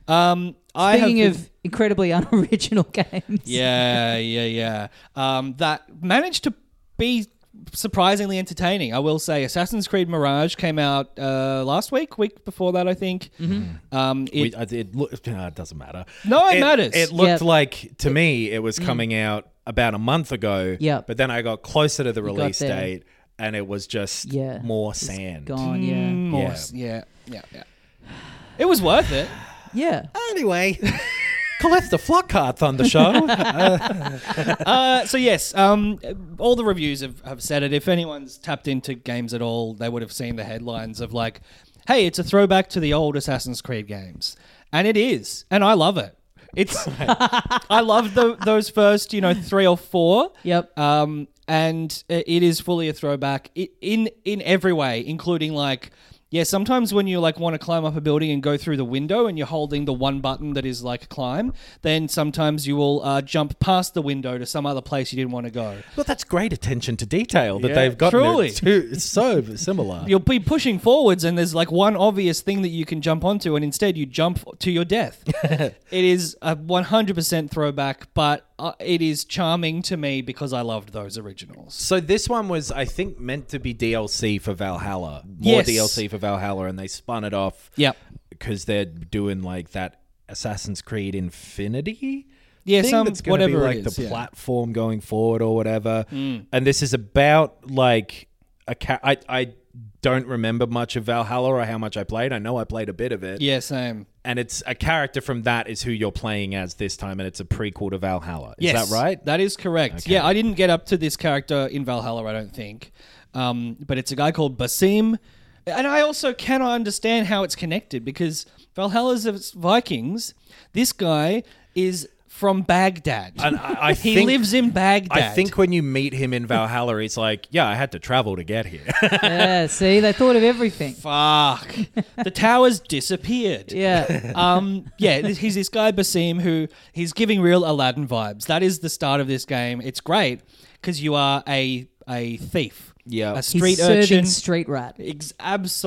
Speaker 5: Um, I have
Speaker 4: Speaking
Speaker 5: been-
Speaker 4: of incredibly (laughs) unoriginal games.
Speaker 5: (laughs) Yeah, yeah, yeah. Um, that managed to be surprisingly entertaining. I will say, Assassin's Creed Mirage came out uh, last week, week before that, I think.
Speaker 4: Mm-hmm.
Speaker 5: Um, it,
Speaker 6: We, I did look, no, it doesn't matter.
Speaker 5: No, it matters.
Speaker 6: It looked
Speaker 4: Yep.
Speaker 6: like to me it was coming out about a month ago.
Speaker 4: Mm. Yep.
Speaker 6: But then I got closer to the release
Speaker 4: there.
Speaker 6: date, and it was just
Speaker 4: Yeah.
Speaker 6: more
Speaker 4: It's
Speaker 6: sand.
Speaker 4: Gone, yeah.
Speaker 5: more s- yeah, yeah, yeah. It was worth it. (laughs)
Speaker 4: Yeah. (laughs)
Speaker 6: Anyway, Collector Flockhart on the show.
Speaker 5: Uh, so yes, um, all the reviews have, have said it. If anyone's tapped into games at all, they would have seen the headlines of like, "Hey, it's a throwback to the old Assassin's Creed games," and it is, and I love it. It's (laughs) I love the, those first, you know, three or four.
Speaker 4: Yep.
Speaker 5: Um, and i- it is fully a throwback i- in in every way, including like Yeah, sometimes when you like want to climb up a building and go through the window and you're holding the one button that is like climb, then sometimes you will uh, jump past the window to some other place you didn't want to go.
Speaker 6: Well, that's great attention to detail that
Speaker 5: Yeah,
Speaker 6: they've got.
Speaker 5: truly.
Speaker 6: it's so similar.
Speaker 5: You'll be pushing forwards and there's like one obvious thing that you can jump onto and instead you jump to your death. it is a 100% throwback, but uh, it is charming to me because I loved those originals.
Speaker 6: So this one was, I think, meant to be DLC for Valhalla, more
Speaker 5: Yes.
Speaker 6: DLC for Valhalla, and they spun it off.
Speaker 5: Yep.
Speaker 6: because they're doing like that Assassin's Creed Infinity.
Speaker 5: Yeah,
Speaker 6: thing
Speaker 5: some-
Speaker 6: that's gonna be
Speaker 5: whatever it
Speaker 6: like
Speaker 5: is,
Speaker 6: the
Speaker 5: yeah. Mm.
Speaker 6: platform going forward or whatever. And this is about like a ca- I I don't remember much of Valhalla or how much I played. I know I played a bit of it.
Speaker 5: Yeah, same.
Speaker 6: and it's a character from that is who you're playing as this time, and it's a prequel to Valhalla. Is
Speaker 5: Yes,
Speaker 6: that right?
Speaker 5: That is correct. Yeah, I didn't get up to this character in Valhalla, I don't think. Um, but it's a guy called Basim. And I also cannot understand how it's connected because Valhalla's of Vikings. This guy is from Baghdad.
Speaker 6: And I,
Speaker 5: (laughs)
Speaker 6: I
Speaker 5: he
Speaker 6: think-
Speaker 5: lives in Baghdad.
Speaker 6: I think when you meet him in Valhalla, he's like, "Yeah, I had to travel to get here." (laughs)
Speaker 4: yeah, see, they thought of everything.
Speaker 5: Fuck. the towers
Speaker 6: (laughs)
Speaker 5: disappeared.
Speaker 4: Yeah.
Speaker 5: um, yeah, this- he's this guy Basim who he's giving real Aladdin vibes. That is the start of this game. It's great because you are a a thief.
Speaker 6: Yeah.
Speaker 5: a
Speaker 6: He's
Speaker 5: street
Speaker 4: He's serving
Speaker 5: urchin.
Speaker 4: street rat.
Speaker 5: Ex-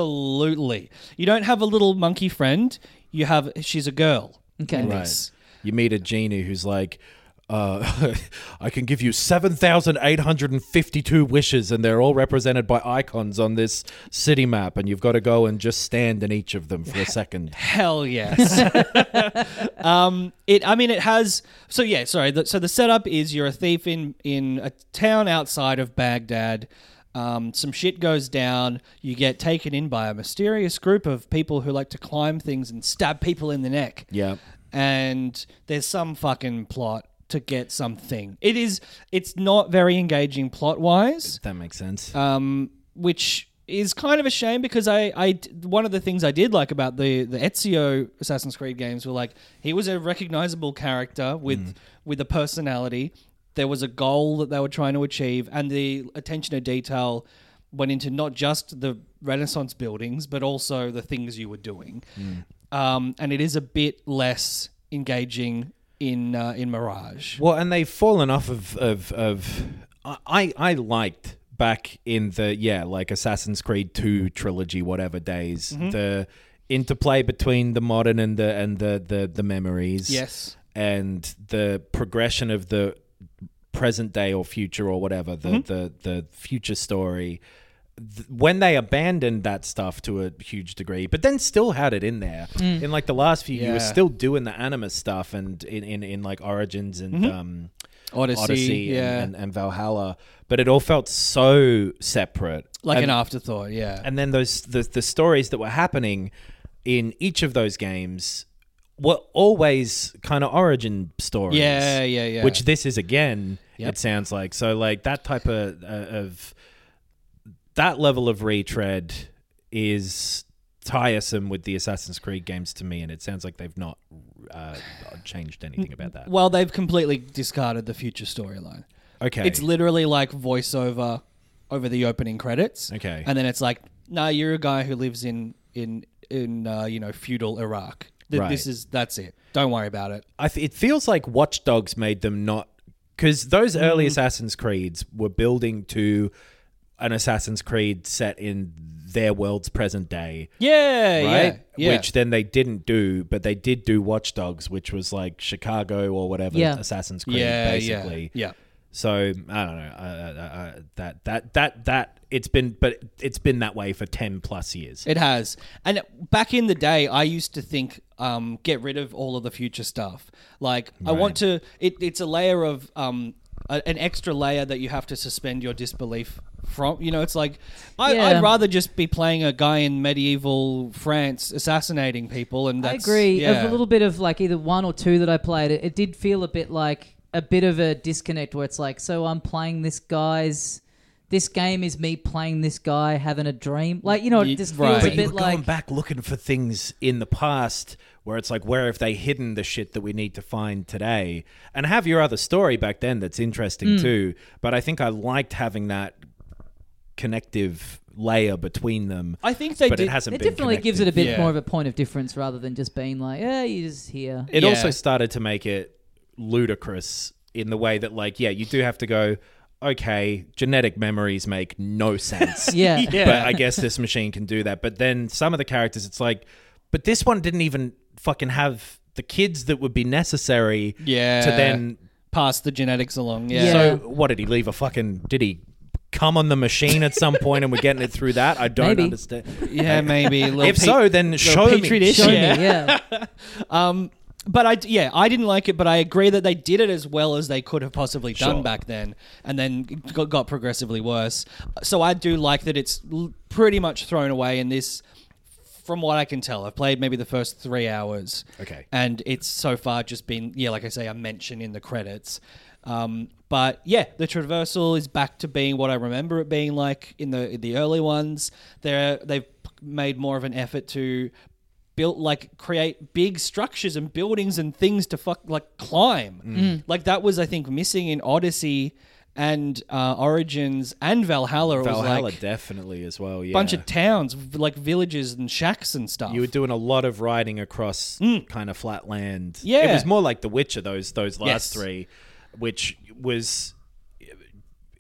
Speaker 5: absolutely. You don't have a little monkey friend. You have she's a girl.
Speaker 4: Okay.
Speaker 5: in
Speaker 4: Right.
Speaker 5: this.
Speaker 6: You meet a genie who's like, uh, (laughs) I can give you 7,852 wishes, and they're all represented by icons on this city map, and you've got to go and just stand in each of them for a second.
Speaker 5: Hell yes. (laughs) um, it. I mean, it has. So yeah. Sorry. The, so the setup is you're a thief in in a town outside of Baghdad. Um, some shit goes down. You get taken in by a mysterious group of people who like to climb things and stab people in the neck.
Speaker 6: Yeah.
Speaker 5: And there's some fucking plot to get something. It is. It's not very engaging plot wise
Speaker 6: That makes sense.
Speaker 5: um, which is kind of a shame because I, I d- one of the things I did like about the the Ezio Assassin's Creed games were like he was a recognizable character with
Speaker 6: Mm.
Speaker 5: with a personality. There was a goal that they were trying to achieve, and the attention to detail went into not just the Renaissance buildings, but also the things you were doing.
Speaker 6: Mm.
Speaker 5: Um, and it is a bit less engaging in uh, in Mirage.
Speaker 6: Well, and they've fallen off of of of. I I liked back in the yeah like Assassin's Creed two trilogy whatever days the interplay between the modern and the and the the the memories
Speaker 5: Yes.
Speaker 6: and the progression of the present day or future or whatever the the the future story th- when they abandoned that stuff to a huge degree, but then still had it in there. In like the last few, you were
Speaker 5: Yeah.
Speaker 6: still doing the animus stuff and in, in, in like Origins and um,
Speaker 5: Odyssey,
Speaker 6: and-
Speaker 5: yeah.
Speaker 6: and, and, Valhalla, but it all felt so separate.
Speaker 5: Like
Speaker 6: and,
Speaker 5: an afterthought, yeah.
Speaker 6: and then those the, the stories that were happening in each of those games were always kind of origin stories.
Speaker 5: Yeah, yeah, yeah.
Speaker 6: Which this is again.
Speaker 5: Yep.
Speaker 6: It sounds like so like that type of uh, of that level of retread is tiresome with the Assassin's Creed games to me, and it sounds like they've not uh, changed anything about that.
Speaker 5: Well, they've completely discarded the future storyline.
Speaker 6: Okay,
Speaker 5: It's literally like voiceover over the opening credits.
Speaker 6: Okay.
Speaker 5: And then it's like, nah, you're a guy who lives in in in uh, you know feudal Iraq. Th-
Speaker 6: Right.
Speaker 5: This is that's it. Don't worry about it.
Speaker 6: I th- it feels like Watch Dogs made them not because
Speaker 5: Mm.
Speaker 6: those early Assassin's Creeds were building to an Assassin's Creed set in their world's present day,
Speaker 5: Yeah,
Speaker 6: right?
Speaker 5: yeah, yeah.
Speaker 6: Which then they didn't do, but they did do Watch Dogs, which was like Chicago or whatever
Speaker 4: Yeah.
Speaker 6: Assassin's Creed,
Speaker 5: yeah,
Speaker 6: basically.
Speaker 5: yeah, yeah.
Speaker 6: So I don't know I, I, I, that that that that it's been, but it's been that way for ten plus years.
Speaker 5: It has. And back in the day, I used to think, um, get rid of all of the future stuff. Like, I want to. It, it's a layer of um, a, an extra layer that you have to suspend your disbelief from. You know, it's like I,
Speaker 4: Yeah.
Speaker 5: I'd rather just be playing a guy in medieval France assassinating people, and
Speaker 4: I
Speaker 5: that's
Speaker 4: agree.
Speaker 5: Yeah.
Speaker 4: Of a little bit of like either one or two that I played, it, it did feel a bit like a bit of a disconnect where it's like, so I'm playing this guy's. This game is me playing this guy having a dream. Like, you know, it
Speaker 5: Ye-
Speaker 4: just
Speaker 5: right.
Speaker 4: feels
Speaker 5: But
Speaker 4: a
Speaker 5: you
Speaker 4: bit
Speaker 6: we're going
Speaker 4: like.
Speaker 6: back looking for things in the past where it's like where have they hidden the shit that we need to find today and have your other story back
Speaker 4: Mm.
Speaker 6: then that's interesting too but i think i liked having that connective layer between them.
Speaker 5: I think they
Speaker 6: but
Speaker 5: did-
Speaker 6: it hasn't
Speaker 4: It
Speaker 6: been
Speaker 4: definitely gives it a bit
Speaker 6: connected.
Speaker 5: Yeah.
Speaker 4: more of a point of difference rather than just being like, yeah, you're just here.
Speaker 6: It
Speaker 5: Yeah.
Speaker 6: also started to make it ludicrous in the way that, like, yeah, you do have to go. Okay, genetic memories make no sense. (laughs)
Speaker 4: Yeah.
Speaker 6: but I guess this machine can do that. But then some of the characters, it's like, but this one didn't even fucking have the kids that would be necessary.
Speaker 5: yeah.
Speaker 6: To then,
Speaker 5: pass the genetics along. Yeah.
Speaker 4: Yeah.
Speaker 6: so what did he leave a fucking? Did he come on the machine at some point and we're getting it through that? I don't
Speaker 4: Maybe.
Speaker 6: understand.
Speaker 5: yeah,
Speaker 4: (laughs)
Speaker 5: maybe. Little
Speaker 6: if
Speaker 5: pe-
Speaker 6: so, then show me.
Speaker 5: petri dish.
Speaker 4: Show
Speaker 5: Yeah.
Speaker 4: me, yeah.
Speaker 5: Um, but I yeah I didn't like it, but I agree that they did it as well as they could have possibly done
Speaker 6: Sure.
Speaker 5: back then, and then got, got progressively worse. So I do like that it's l- pretty much thrown away in this. From what I can tell, I've played maybe the first three hours.
Speaker 6: Okay.
Speaker 5: and it's so far just been yeah, like I say, a mention in the credits. Um, but yeah, the traversal is back to being what I remember it being like in the in the early ones. They're they've made more of an effort to built like create big structures and buildings and things to fuck like climb.
Speaker 6: Mm.
Speaker 5: Like that was I think missing in Odyssey and uh, Origins and Valhalla. It
Speaker 6: Valhalla
Speaker 5: was like a
Speaker 6: definitely as well. Yeah,
Speaker 5: bunch of towns, v- like villages and shacks and stuff.
Speaker 6: You were doing a lot of riding across kind of flat land.
Speaker 5: Mm. Yeah.
Speaker 6: it was more like The Witcher. Those those
Speaker 5: Yes.
Speaker 6: last three, which was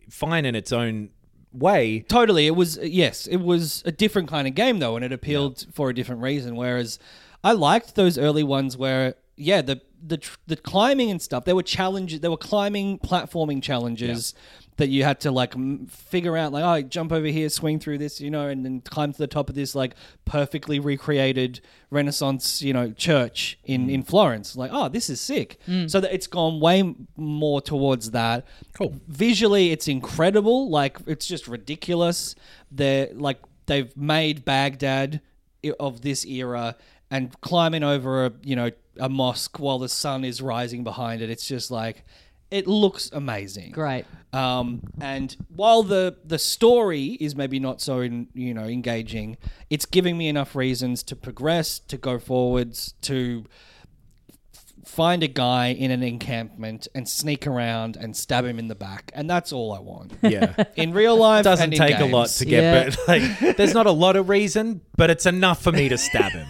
Speaker 6: fine in its own
Speaker 5: (laughs)
Speaker 6: way.
Speaker 5: totally. It was yes, it was a different kind of game though, and it appealed for a different reason. Whereas I liked those early ones where yeah, the the tr- the climbing and stuff. There were challenges. There were climbing platforming challenges. That you had to like m- figure out, like, oh, jump over here, swing through this, you know, and then climb to the top of this like perfectly recreated Renaissance, you know, church in in Florence. Like, oh, this is sick. So that it's gone way m- more towards that. Cool. Visually, it's incredible. Like, it's just ridiculous. They're like they've made Baghdad i- of this era and climbing over a you know a mosque while the sun is rising behind it. It's just like it looks amazing.
Speaker 4: Great.
Speaker 5: Um, and while the the story is maybe not so in, you know engaging, it's giving me enough reasons to progress, to go forwards, to f- find a guy in an encampment and sneak around and stab him in the back, and that's all I
Speaker 6: (laughs)
Speaker 5: want.
Speaker 6: Yeah.
Speaker 5: In real life,
Speaker 6: Doesn't
Speaker 5: and in
Speaker 6: take a lot
Speaker 5: games.
Speaker 6: to get,
Speaker 4: Yeah.
Speaker 6: but like, there's not a lot of reason, but it's enough for me to
Speaker 5: (laughs)
Speaker 6: stab him.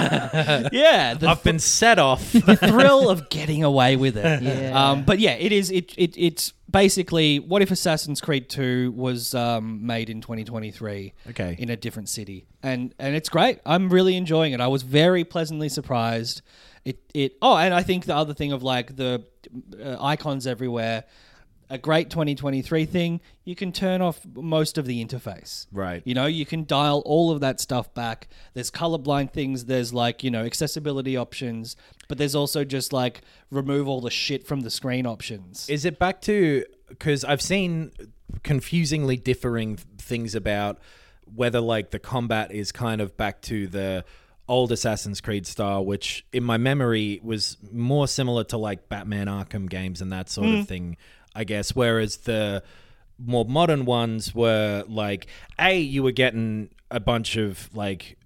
Speaker 5: yeah, the
Speaker 6: I've been set off.
Speaker 5: thrill of getting away with it.
Speaker 4: Yeah.
Speaker 5: Um, but yeah, it is. It, it it's basically what if Assassin's Creed Two was um, made in 2023?
Speaker 6: Okay.
Speaker 5: in a different city, and and it's great. I'm really enjoying it. I was very pleasantly surprised. It it oh, and I think the other thing of like the uh, icons everywhere. A great 2023 thing. You can turn off most of the interface.
Speaker 6: Right.
Speaker 5: You know, you can dial all of that stuff back. There's colorblind things, there's like, you know, accessibility options, but there's also just like remove all the shit from the screen options.
Speaker 6: Is it back to because I've seen confusingly differing things about whether like the combat is kind of back to the old Assassin's Creed style, which in my memory was more similar to like Batman Arkham games and that sort
Speaker 5: Mm.
Speaker 6: of thing, I guess. Whereas the more modern ones were like, A, you were getting a bunch of like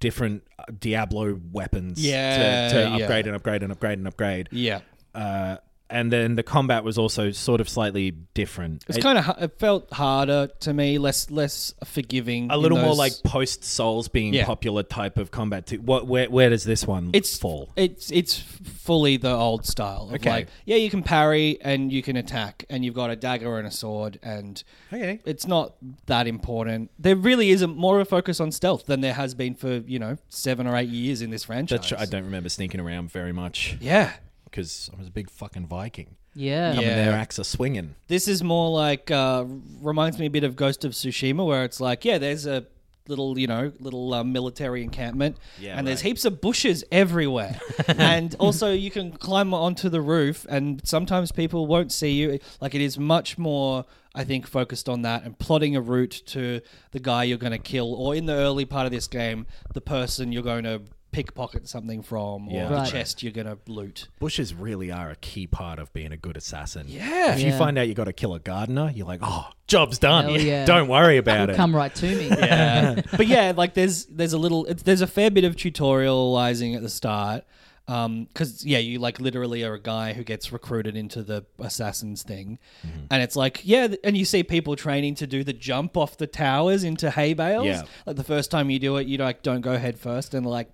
Speaker 6: different uh, Diablo weapons to-
Speaker 5: Yeah,
Speaker 6: to,
Speaker 5: yeah.
Speaker 6: upgrade and upgrade and upgrade and upgrade
Speaker 5: yeah.
Speaker 6: uh, and then the combat was also sort of slightly different.
Speaker 5: It's
Speaker 6: It-
Speaker 5: kind of it felt harder to me, less less forgiving,
Speaker 6: a
Speaker 5: in
Speaker 6: little more
Speaker 5: those-
Speaker 6: like post Souls being
Speaker 5: Yeah.
Speaker 6: popular type of combat. Too. What where where does this one
Speaker 5: it's
Speaker 6: fall?
Speaker 5: It's it's fully the old style. Of
Speaker 6: Okay.
Speaker 5: Like, yeah, you can parry and you can attack, and you've got a dagger and a sword, and
Speaker 6: Okay.
Speaker 5: it's not that important. There really isn't more of a focus on stealth than there has been for you know seven or eight years in this franchise.
Speaker 6: That's, I don't remember sneaking around very much
Speaker 5: Yeah,
Speaker 6: because I was a big fucking Viking.
Speaker 4: Yeah.
Speaker 6: Coming
Speaker 5: Yeah.
Speaker 6: there, axe a swinging.
Speaker 5: this is more like uh, reminds me a bit of Ghost of Tsushima, where it's like, yeah, there's a little, you know, little uh, military encampment,
Speaker 6: Yeah,
Speaker 5: and there's
Speaker 6: right.
Speaker 5: heaps of bushes
Speaker 6: (laughs)
Speaker 5: everywhere, and also you can climb onto the roof, and sometimes people won't see you. Like it is much more, I think, focused on that and plotting a route to the guy you're going to kill, or in the early part of this game, the person you're going to pickpocket something from, or
Speaker 6: Yeah.
Speaker 5: the
Speaker 4: Right.
Speaker 5: chest you're going to loot.
Speaker 6: Bushes really are a key part of being a good assassin.
Speaker 5: Yeah.
Speaker 6: If you
Speaker 4: Yeah.
Speaker 6: find out you got to kill a gardener, you're like, oh, job's done.
Speaker 4: Hell yeah.
Speaker 6: (laughs) Don't worry about it.
Speaker 4: Come right to
Speaker 6: (laughs)
Speaker 4: me.
Speaker 5: (laughs) but yeah, like there's there's a little it's, there's a fair bit of tutorializing at the start, because yeah, you like literally are a guy who gets recruited into the assassins thing,
Speaker 6: Mm-hmm.
Speaker 5: and it's like yeah, th- and you see people training to do the jump off the towers into hay bales.
Speaker 6: Yeah.
Speaker 5: Like the first time you do it, you like don't go head first, and like,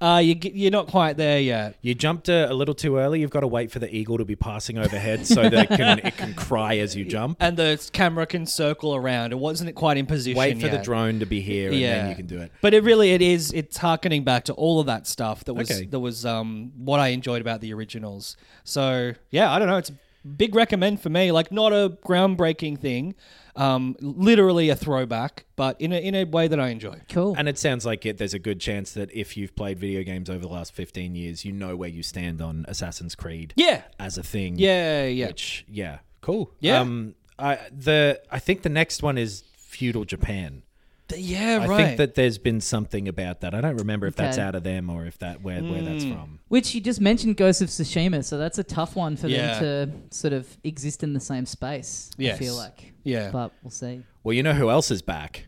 Speaker 5: uh, you g- you're not quite there yet.
Speaker 6: You jumped uh, a, a little too early. You've got to wait for the eagle to be passing overhead so that it can, it can cry as you jump.
Speaker 5: And the camera can circle around. It wasn't quite in position.
Speaker 6: Wait for the
Speaker 5: yet.
Speaker 6: drone to be here, and then you can do it.
Speaker 5: But it really it is it's harkening back to all of that stuff that was
Speaker 6: Okay.
Speaker 5: that was um what I enjoyed about the originals. So yeah, I don't know. It's a big recommend for me. Like not a groundbreaking thing, um, literally a throwback, but in a in a way that I enjoy.
Speaker 4: Cool.
Speaker 6: And it sounds like it, there's a good chance that if you've played video games over the last 15 years, you know where you stand on Assassin's Creed.
Speaker 5: Yeah.
Speaker 6: As a thing.
Speaker 5: Yeah, yeah.
Speaker 6: Which, yeah, cool.
Speaker 5: Yeah.
Speaker 6: Um, I the I think the next one is feudal Japan.
Speaker 5: Th- yeah,
Speaker 6: I
Speaker 5: Oh, right.
Speaker 6: think that there's been something about that. I don't remember if that's
Speaker 4: Okay.
Speaker 6: out of them or if that where where
Speaker 5: Hmm.
Speaker 6: that's from.
Speaker 4: Which you just mentioned Ghost of Tsushima, so that's a tough one for
Speaker 5: Yeah.
Speaker 4: them to sort of exist in the same space. I
Speaker 5: Yes.
Speaker 4: feel like.
Speaker 5: Yeah.
Speaker 4: But we'll see.
Speaker 6: Well, you know who else is back?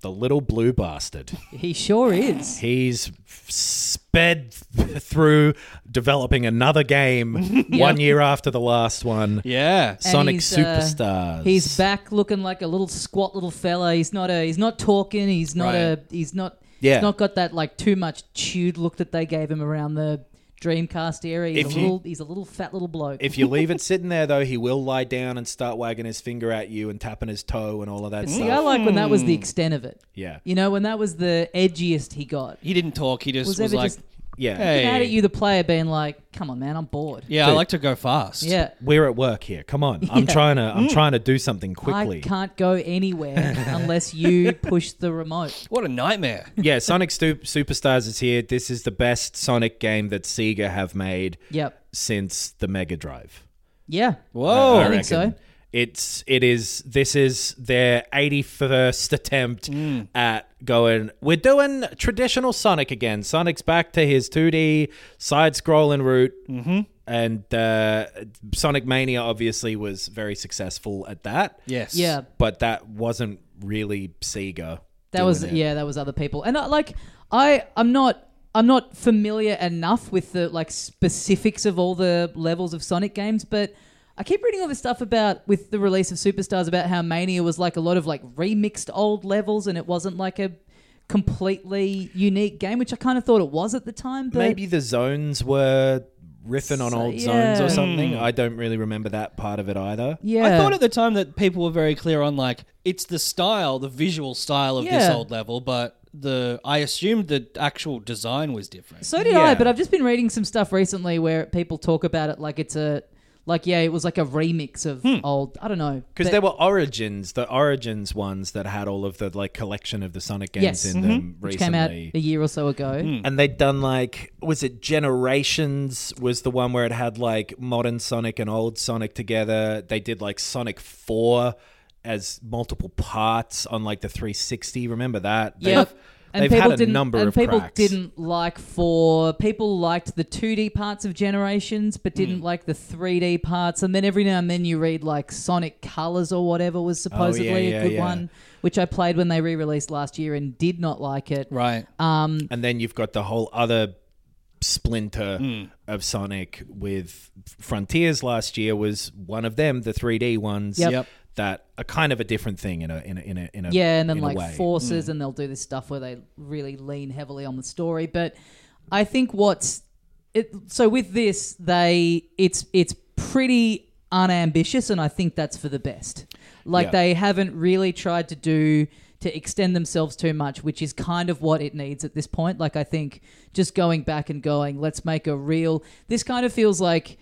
Speaker 6: The little blue bastard.
Speaker 4: He sure is.
Speaker 6: He's sped through developing another game
Speaker 4: (laughs)
Speaker 6: one year after the last one.
Speaker 5: yeah.
Speaker 4: And
Speaker 6: Sonic
Speaker 4: he's, uh,
Speaker 6: Superstars.
Speaker 4: He's back looking like a little squat little fella. He's not a. He's not talking. He's not a. He's not.
Speaker 6: Yeah.
Speaker 4: He's not got that like too much chewed look that they gave him around the Dreamcast era. He's
Speaker 6: If
Speaker 4: a
Speaker 6: you-
Speaker 4: little. He's a little fat little bloke.
Speaker 6: If you leave it sitting there, though, he will lie down and start wagging his finger at you and tapping his toe and all of that
Speaker 4: But
Speaker 6: stuff.
Speaker 4: See, I like when that was the extent of it.
Speaker 6: Hmm. Yeah.
Speaker 4: You know, when that was the edgiest he got.
Speaker 5: He didn't talk, he just
Speaker 4: Was
Speaker 5: was,
Speaker 4: ever
Speaker 5: like
Speaker 4: just-
Speaker 6: yeah.
Speaker 5: Hey.
Speaker 4: Out at you, the player, being like, "Come on, man, I'm bored."
Speaker 5: Yeah, I like to go fast.
Speaker 4: Yeah.
Speaker 6: We're at work here. Come on. I'm trying to I'm trying to do something quickly.
Speaker 4: Mm. I can't go anywhere unless you push the remote.
Speaker 5: What a nightmare.
Speaker 6: yeah, Sonic Stu- Superstars is here. This is the best Sonic game that Sega have made
Speaker 4: Yep.
Speaker 6: since the Mega Drive.
Speaker 4: Yeah.
Speaker 5: Whoa.
Speaker 4: I think so.
Speaker 6: reckon. It's it is this is their 81st attempt
Speaker 4: Hmm.
Speaker 6: at going we're doing traditional Sonic again. Sonic's back to his 2D side scrolling route. Mm-hmm. And uh, Sonic Mania obviously was very successful at that.
Speaker 5: Yes.
Speaker 4: Yeah.
Speaker 6: But that wasn't really Sega.
Speaker 4: That
Speaker 6: doing
Speaker 4: was
Speaker 6: it.
Speaker 4: yeah, that was other people. And I, like I I'm not I'm not familiar enough with the like specifics of all the levels of Sonic games, but I keep reading all this stuff about with the release of Superstars about how Mania was like a lot of like remixed old levels and it wasn't like a completely unique game, which I kind of thought it was at the time, but
Speaker 6: Maybe the zones were riffing on
Speaker 4: So-
Speaker 6: old zones
Speaker 4: yeah. Hmm.
Speaker 6: or something. I don't really remember that part of it either.
Speaker 4: yeah.
Speaker 5: I thought at the time that people were very clear on like it's the style, the visual style of this
Speaker 4: Yeah.
Speaker 5: old level, but the I assumed the actual design was different.
Speaker 4: So did I, but I've just been reading some stuff recently where people talk about it like it's a like yeah, it was like a remix of old I don't know. but-
Speaker 6: Because Hmm. there were Origins, the Origins ones that had all of the like collection of the Sonic games
Speaker 4: Yes. mm-hmm.
Speaker 6: in them recently. Hmm.
Speaker 4: which came out a year or so ago.
Speaker 6: and they'd done like was it Generations was the one where it had like modern Sonic and old Sonic together. They did like Sonic 4 as multiple parts on like the 360. Remember that?
Speaker 4: Yeah.
Speaker 6: They've,
Speaker 4: And
Speaker 6: they've
Speaker 4: people
Speaker 6: had a
Speaker 4: didn't,
Speaker 6: number
Speaker 4: and
Speaker 6: of
Speaker 4: people
Speaker 6: cracks.
Speaker 4: didn't like for people liked the 2D parts of Generations, but
Speaker 6: Hmm.
Speaker 4: didn't like the 3D parts. And then every now and then you read like Sonic Colors or whatever was supposedly
Speaker 6: Oh, yeah,
Speaker 4: a good
Speaker 6: yeah.
Speaker 4: one, which I played when they re-released last year and did not like it.
Speaker 5: Right.
Speaker 4: uh,
Speaker 6: and then you've got the whole other splinter of Sonic with Frontiers last year was one of them, the 3D ones
Speaker 4: Yep. Yep.
Speaker 6: that are kind of a different thing in a in a in a, in a
Speaker 4: Yeah, and then
Speaker 6: in a
Speaker 4: like
Speaker 6: way. Mm.
Speaker 4: forces, and they'll do this stuff where they really lean heavily on the story. But I think what's it, so with this, they it's it's pretty unambitious, and I think that's for the best. Like
Speaker 6: Yeah.
Speaker 4: they haven't really tried to do to extend themselves too much, which is kind of what it needs at this point. Like I think just going back and going, let's make a real. This kind of feels like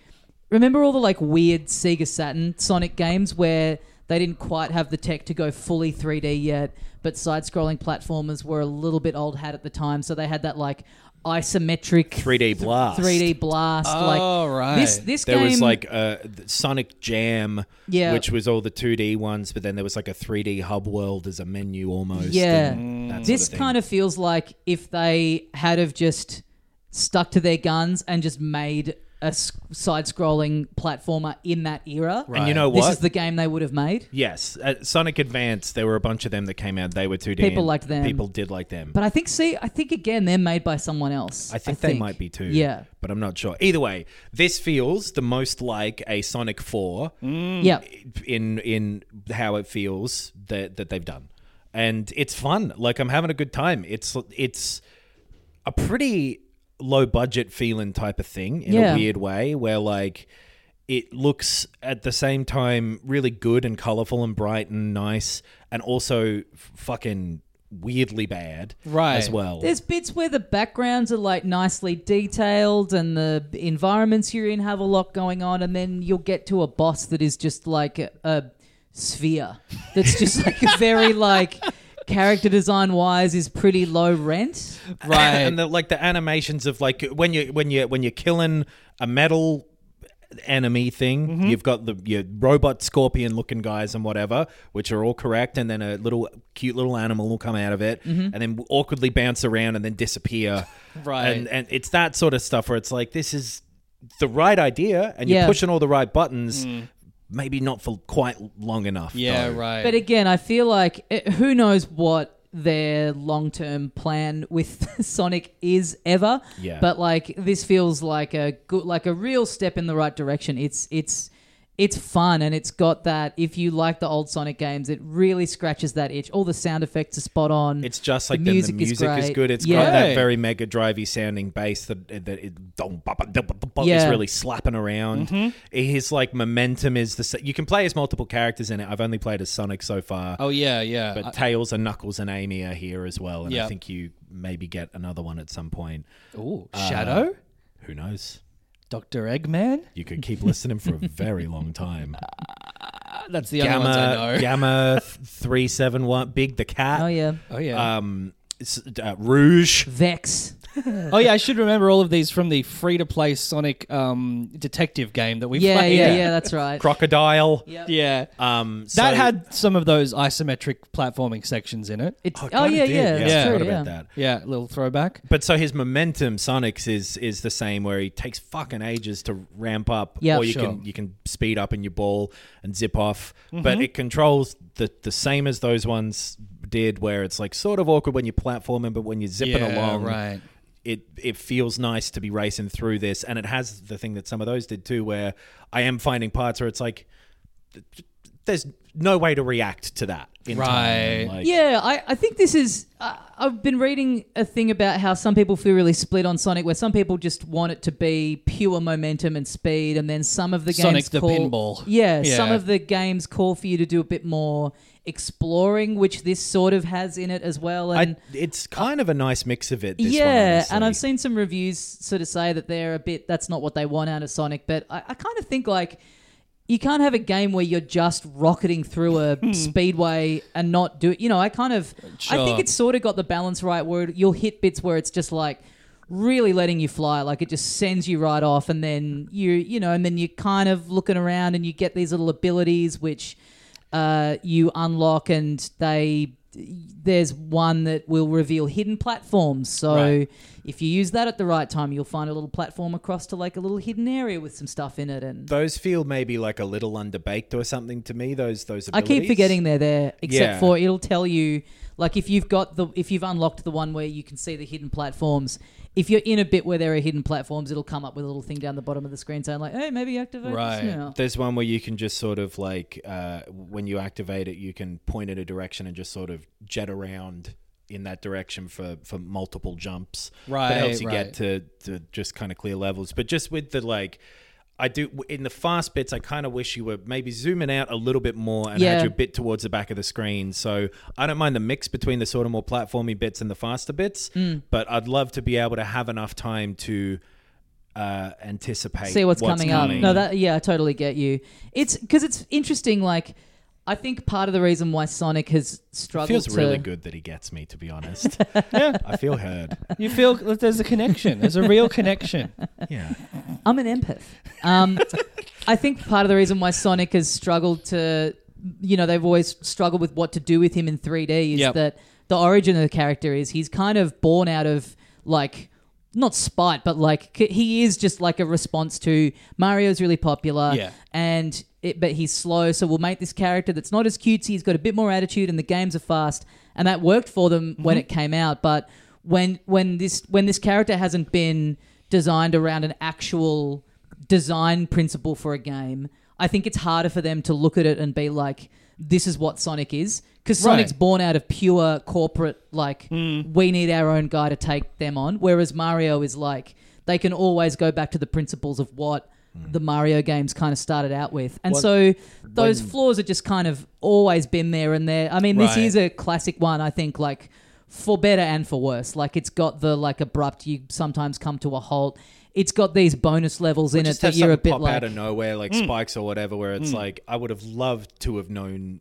Speaker 4: Remember all the like weird Sega Saturn Sonic games where they didn't quite have the tech to go fully 3D yet, but side-scrolling platformers were a little bit old hat at the time, so they had that like isometric
Speaker 6: 3D blast.
Speaker 4: 3D blast.
Speaker 5: Oh,
Speaker 4: like
Speaker 5: right.
Speaker 4: this this
Speaker 6: There
Speaker 4: game
Speaker 6: was like uh, th- Sonic Jam,
Speaker 4: Yeah.
Speaker 6: which was all the 2D ones, but then there was like a 3D hub world as a menu almost.
Speaker 4: Yeah.
Speaker 6: and that
Speaker 4: this
Speaker 6: sort of
Speaker 4: kind of feels like if they had have just stuck to their guns and just made a s- side-scrolling platformer in that era.
Speaker 6: And you know
Speaker 4: This
Speaker 6: what?
Speaker 4: is the game they would have made.
Speaker 6: Yes, at Sonic Advance, there were a bunch of them that came out. They were 2D.
Speaker 4: People
Speaker 6: and
Speaker 4: liked them.
Speaker 6: People did like them.
Speaker 4: But I think, see, I think again, they're made by someone else.
Speaker 6: I think they might be too.
Speaker 4: Yeah,
Speaker 6: But I'm not sure. Either way, this feels the most like a Sonic 4
Speaker 4: yeah.
Speaker 6: in in how it feels that that they've done. And it's fun. Like I'm having a good time. It's it's a pretty low budget feeling type of thing in
Speaker 4: Yeah.
Speaker 6: a weird way where like it looks at the same time really good and colorful and bright and nice and also f- fucking weirdly bad
Speaker 5: Right.
Speaker 6: as well.
Speaker 4: There's bits where the backgrounds are like nicely detailed and the environments you're in have a lot going on, and then you'll get to a boss that is just like a, a sphere that's just like (laughs) a very like character design wise is pretty low rent.
Speaker 5: (laughs) Right.
Speaker 6: and the, like the animations of like when you when you when you're killing a metal enemy thing
Speaker 5: Mm-hmm.
Speaker 6: you've got the your robot scorpion looking guys and whatever which are all correct and then a little cute little animal will come out of it
Speaker 5: Mm-hmm.
Speaker 6: and then awkwardly bounce around and then disappear
Speaker 5: Right.
Speaker 6: and and it's that sort of stuff where it's like this is the right idea and you're
Speaker 4: Yeah.
Speaker 6: pushing all the right buttons maybe not for quite long enough
Speaker 5: Mm. yeah,
Speaker 6: though.
Speaker 5: right.
Speaker 4: But again, I feel like eh, who knows what their long term plan with (laughs) Sonic is ever.
Speaker 6: Yeah.
Speaker 4: But like this feels like a good, like a real step in the right direction. It's it's it's fun and it's got that. If you like the old Sonic games, it really scratches that itch. All the sound effects are spot on.
Speaker 6: It's just
Speaker 4: The
Speaker 6: like the music,
Speaker 4: music
Speaker 6: the
Speaker 4: is
Speaker 6: music is,
Speaker 4: great.
Speaker 6: good. It's
Speaker 4: Yeah.
Speaker 6: got that
Speaker 5: Yeah.
Speaker 6: very mega drivey sounding bass that that it dum, ba, ba, dum, ba, ba, ba, is
Speaker 4: Yeah.
Speaker 6: really slapping around. His like momentum is the sa- you can play as multiple characters in it. I've only played as Sonic so far,
Speaker 5: oh yeah, yeah.
Speaker 6: but
Speaker 5: I-
Speaker 6: Tails and Knuckles and Amy are here as well, and
Speaker 5: Yeah.
Speaker 6: I think you maybe get another one at some point.
Speaker 5: Ooh,
Speaker 6: uh,
Speaker 5: Shadow,
Speaker 6: Who knows?
Speaker 5: Doctor Eggman.
Speaker 6: You could keep listening for a
Speaker 5: (laughs)
Speaker 6: very long time.
Speaker 5: That's the only ones I
Speaker 6: Gamma
Speaker 5: know.
Speaker 6: Gamma three seven one Big the cat.
Speaker 4: oh
Speaker 6: (laughs)
Speaker 4: yeah,
Speaker 5: Oh yeah.
Speaker 6: Um, s- uh,
Speaker 5: (laughs)
Speaker 6: Rouge.
Speaker 4: Vex.
Speaker 5: oh yeah. I should remember all of these from the free-to-play Sonic um, detective game that we
Speaker 4: Yeah,
Speaker 5: played.
Speaker 4: yeah, yeah. That's
Speaker 6: (laughs)
Speaker 4: right.
Speaker 6: Crocodile.
Speaker 5: Yeah.
Speaker 6: Um, so-
Speaker 5: That had some of those isometric platforming sections in it.
Speaker 4: It's, oh,
Speaker 6: God, it
Speaker 4: yeah,
Speaker 6: did.
Speaker 4: yeah, that's
Speaker 6: I
Speaker 4: true,
Speaker 6: forgot
Speaker 4: yeah.
Speaker 6: about that.
Speaker 5: Yeah, little throwback.
Speaker 6: But so his momentum, Sonic's is is the same, where he takes fucking ages to ramp up,
Speaker 4: Yeah,
Speaker 6: or you
Speaker 5: sure.
Speaker 6: can you can speed up in your ball and zip off.
Speaker 5: Mm-hmm.
Speaker 6: But it controls the the same as those ones did, where it's like sort of awkward when you're platforming, but when you're zipping
Speaker 5: Yeah,
Speaker 6: along,
Speaker 5: right.
Speaker 6: It, it feels nice to be racing through this, and it has the thing that some of those did too, where I am finding parts where it's like there's no way to react to that, in
Speaker 5: Right.
Speaker 6: time. Like,
Speaker 4: Yeah, I, I think this is. I I've been reading a thing about how some people feel really split on Sonic, where some people just want it to be pure momentum and speed, and then some of the games
Speaker 5: Sonic the
Speaker 4: call,
Speaker 5: pinball.
Speaker 4: Yeah, some
Speaker 5: Yeah.
Speaker 4: of the games call for you to do a bit more exploring, which this sort of has in it as well. And
Speaker 6: I, it's kind of a nice mix of it. This one,
Speaker 4: yeah,
Speaker 6: honestly.
Speaker 4: and I've seen some reviews sort of say that they're a bit that's not what they want out of Sonic, but I, I kind of think like you can't have a game where you're just rocketing through
Speaker 6: Hmm.
Speaker 4: a speedway and not do it. You know, I kind of I
Speaker 5: Sure.
Speaker 4: think it's sort of got the balance right where you'll hit bits where it's just like really letting you fly like it just sends you right off and then you you know and then you're kind of looking around and you get these little abilities which uh, you unlock and they there's one that will reveal hidden platforms so
Speaker 5: Right.
Speaker 4: if you use that at the right time you'll find a little platform across to like a little hidden area with some stuff in it and
Speaker 6: those feel maybe like a little underbaked or something to me. Those those
Speaker 4: i
Speaker 6: abilities.
Speaker 4: keep forgetting they're there except
Speaker 6: Yeah.
Speaker 4: for it'll tell you like if you've got the if you've unlocked the one where you can see the hidden platforms if you're in a bit where there are hidden platforms it'll come up with a little thing down the bottom of the screen saying like hey maybe activate
Speaker 5: Right.
Speaker 4: this now.
Speaker 6: There's one where you can just sort of like uh, when you activate it, you can point in a direction and just sort of jet around in that direction for for multiple jumps.
Speaker 5: Right,
Speaker 6: that helps you
Speaker 5: right.
Speaker 6: get to to just kind of clear levels. But just with the like. I do in the fast bits. I kind of wish you were maybe zooming out a little bit more and
Speaker 4: Yeah.
Speaker 6: had your bit towards the back of the screen. So I don't mind the mix between the sort of more platformy bits and the faster bits,
Speaker 4: Hmm.
Speaker 6: but I'd love to be able to have enough time to uh, anticipate
Speaker 4: see what's, coming,
Speaker 6: coming.
Speaker 4: up. No, that yeah, I totally get you. It's because it's interesting. Like, I think part of the reason why Sonic has struggled
Speaker 6: feels
Speaker 4: to
Speaker 6: really good that he gets me, to
Speaker 4: (laughs)
Speaker 6: be honest.
Speaker 5: Yeah.
Speaker 6: I feel heard.
Speaker 5: You feel that there's a connection. There's a real connection.
Speaker 6: Yeah.
Speaker 4: I'm an empath. Um, (laughs) I think part of the reason why Sonic has struggled to, you know, they've always struggled with what to do with him in 3D is
Speaker 5: Yep.
Speaker 4: that the origin of the character is he's kind of born out of like not spite, but like c- he is just like a response to Mario's really popular,
Speaker 5: Yeah.
Speaker 4: and it, but he's slow, so we'll make this character that's not as cutesy. He's got a bit more attitude, and the games are fast, and that worked for them
Speaker 5: Mm-hmm.
Speaker 4: when it came out. But when when this when this character hasn't been designed around an actual design principle for a game, I think it's harder for them to look at it and be like, "This is what Sonic is," because
Speaker 5: Right.
Speaker 4: Sonic's born out of pure corporate like
Speaker 6: Hmm.
Speaker 4: we need our own guy to take them on whereas mario is like they can always go back to the principles of what
Speaker 6: Hmm.
Speaker 4: the mario games kind of started out with and so those flaws have just kind of always been there and there i mean this
Speaker 5: Right.
Speaker 4: is a classic one i think like for better and for worse like it's got the like abrupt you sometimes come to a halt it's got these bonus levels in it
Speaker 6: just
Speaker 4: that
Speaker 6: have
Speaker 4: you're a
Speaker 6: something
Speaker 4: bit
Speaker 6: pop
Speaker 4: like
Speaker 6: out of nowhere, like spikes or whatever, where it's like I would have loved to have known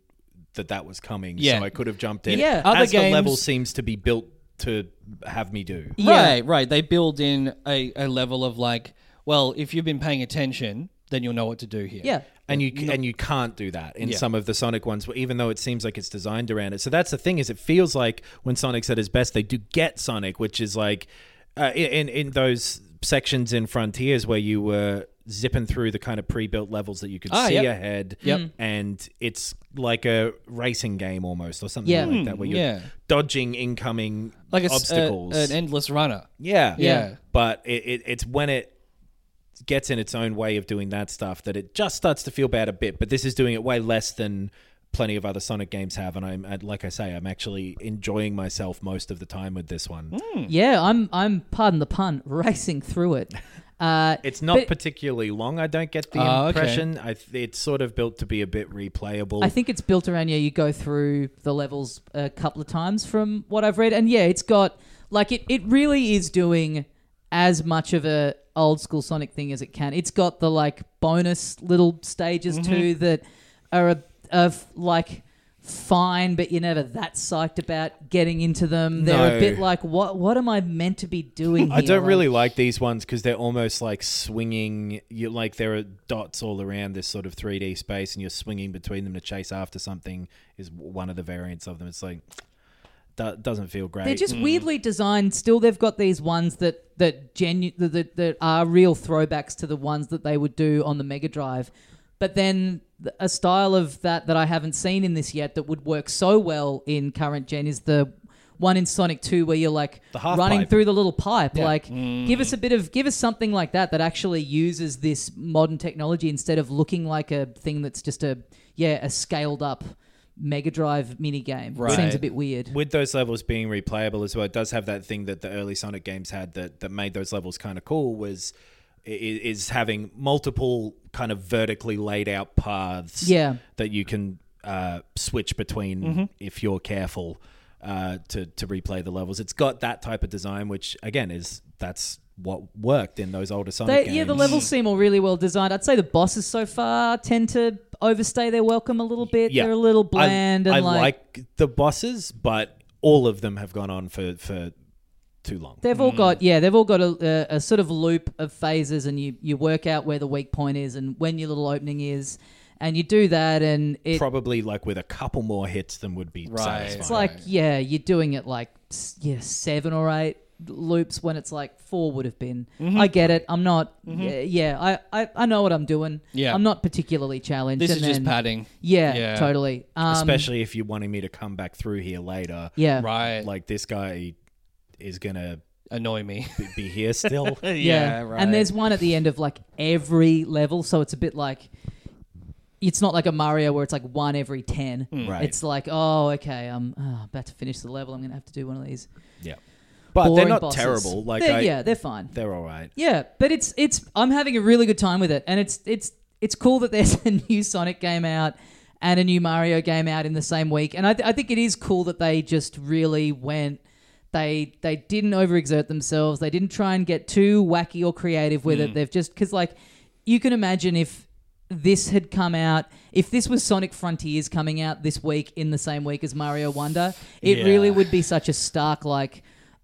Speaker 6: that that was coming,
Speaker 5: Yeah.
Speaker 6: so I could have jumped in.
Speaker 4: Yeah.
Speaker 5: Other
Speaker 6: As the level
Speaker 5: games-
Speaker 6: seems to be built to have me do.
Speaker 4: (laughs) Yeah.
Speaker 5: Right, right. They build in a, a level of like, well, if you've been paying attention, then you'll know what to do here.
Speaker 4: yeah
Speaker 6: and you and you can't do that in
Speaker 5: Yeah.
Speaker 6: some of the Sonic ones, even though it seems like it's designed around it. So that's the thing is, it feels like when Sonic's at his best, they do get Sonic, which is like uh, in in those sections in Frontiers where you were zipping through the kind of pre-built levels that you could
Speaker 5: Ah,
Speaker 6: see
Speaker 5: yep.
Speaker 6: ahead,
Speaker 5: Yep. Mm.
Speaker 6: and it's like a racing game almost or something
Speaker 4: Yeah.
Speaker 6: like that, where you're
Speaker 5: yeah.
Speaker 6: dodging incoming
Speaker 5: Like a, s- a-
Speaker 6: obstacles.
Speaker 5: an endless runner.
Speaker 6: yeah,
Speaker 5: Yeah.
Speaker 6: But it, it, it's when it gets in its own way of doing that stuff that it just starts to feel bad a bit. But this is doing it way less than plenty of other Sonic games have, and I'm and like I say, I'm actually enjoying myself most of the time with this one.
Speaker 4: yeah i'm i'm pardon the pun (laughs) racing through it uh
Speaker 6: It's not particularly long. I don't get the
Speaker 5: Ah, okay.
Speaker 6: impression. I th- it's sort of built to be a bit replayable.
Speaker 4: I think it's built around yeah. You go through the levels a couple of times from what I've read, and yeah, it's got like it. It really is doing as much of a old school Sonic thing as it can. It's got the like bonus little stages
Speaker 6: Mm-hmm.
Speaker 4: too that are a, of like fine, but you're never that psyched about getting into them. They're a
Speaker 6: No.
Speaker 4: bit like what what am I meant to be doing?
Speaker 6: I
Speaker 4: here?
Speaker 6: don't
Speaker 4: Like-
Speaker 6: really like these ones because they're almost like swinging. You like there are dots all around this sort of 3D space, and you're swinging between them to chase after something. Is w- one of the variants of them. It's like that doesn't feel great.
Speaker 4: They're just weirdly designed. Still, they've got these ones that that genu- that, that, that are real throwbacks to the ones that they would do on the Mega Drive, but then th- a style of that that I haven't seen in this yet that would work so well in current gen is the one in Sonic Two where you're like
Speaker 6: The half
Speaker 4: running
Speaker 6: pipe. Mm.
Speaker 4: through the little pipe. Like, give us a bit of give us something like that that actually uses this modern technology instead of looking like a thing that's just a yeah a scaled up. Mega Drive mini game
Speaker 5: Right.
Speaker 4: seems a bit weird.
Speaker 6: with those levels being replayable as well, it does have that thing that the early Sonic games had that that made those levels kind of cool was i- i- is having multiple kind of vertically laid out paths
Speaker 4: Yeah.
Speaker 6: that you can uh, switch between if you're careful uh, to to replay the levels. It's got that type of design, which again is that's what worked in those older Sonic
Speaker 4: They,
Speaker 6: games.
Speaker 4: yeah, the levels seem all really well designed. I'd say the bosses so far tend to overstay their welcome a little bit. They're a little bland
Speaker 6: I,
Speaker 4: and
Speaker 6: I like, the bosses, but all of them have gone on for for too long.
Speaker 4: They've all
Speaker 5: Mm.
Speaker 4: got yeah, they've all got a, a, a sort of loop of phases, and you you work out where the weak point is and when your little opening is, and you do that, and it,
Speaker 6: probably like with a couple more hits than would be
Speaker 5: Right.
Speaker 6: satisfying.
Speaker 4: it's like yeah, you're doing it like s- yeah seven or eight loops when it's like four would have been.
Speaker 5: Mm-hmm.
Speaker 4: I get it. I'm not yeah, yeah, I, I I know what I'm doing.
Speaker 5: Yeah.
Speaker 4: I'm not particularly challenged.
Speaker 5: This
Speaker 4: and
Speaker 5: is just
Speaker 4: then-
Speaker 5: padding.
Speaker 4: Yeah,
Speaker 5: Yeah.
Speaker 4: totally. Um,
Speaker 6: especially if you're wanting me to come back through here later.
Speaker 4: yeah.
Speaker 5: Right. Like
Speaker 6: Like this guy is gonna
Speaker 5: annoy me.
Speaker 6: b- be
Speaker 4: (laughs)
Speaker 6: here
Speaker 5: (laughs)
Speaker 6: still.
Speaker 4: Yeah, And there's one at the end of like every level, so it's a bit like it's not like a Mario where it's like one every ten.
Speaker 6: Right.
Speaker 4: It's like, oh, okay, I'm oh, about to finish the level. I'm gonna have to do one of these.
Speaker 6: yeah, but they're
Speaker 4: boring
Speaker 6: not
Speaker 4: bosses.
Speaker 6: terrible. Like
Speaker 4: They're-
Speaker 6: I,
Speaker 4: yeah, they're fine.
Speaker 6: they're all right.
Speaker 4: Yeah, but it's it's I'm having a really good time with it, and it's it's it's cool that there's (laughs) a new Sonic game out and a new Mario game out in the same week, and I, th- I think it is cool that they just really went. They they didn't overexert themselves. They didn't try and get too wacky or creative with it. They've just because like you can imagine if this had come out if this was Sonic Frontiers coming out this week in the same week as Mario Wonder, it really would be such a stark like,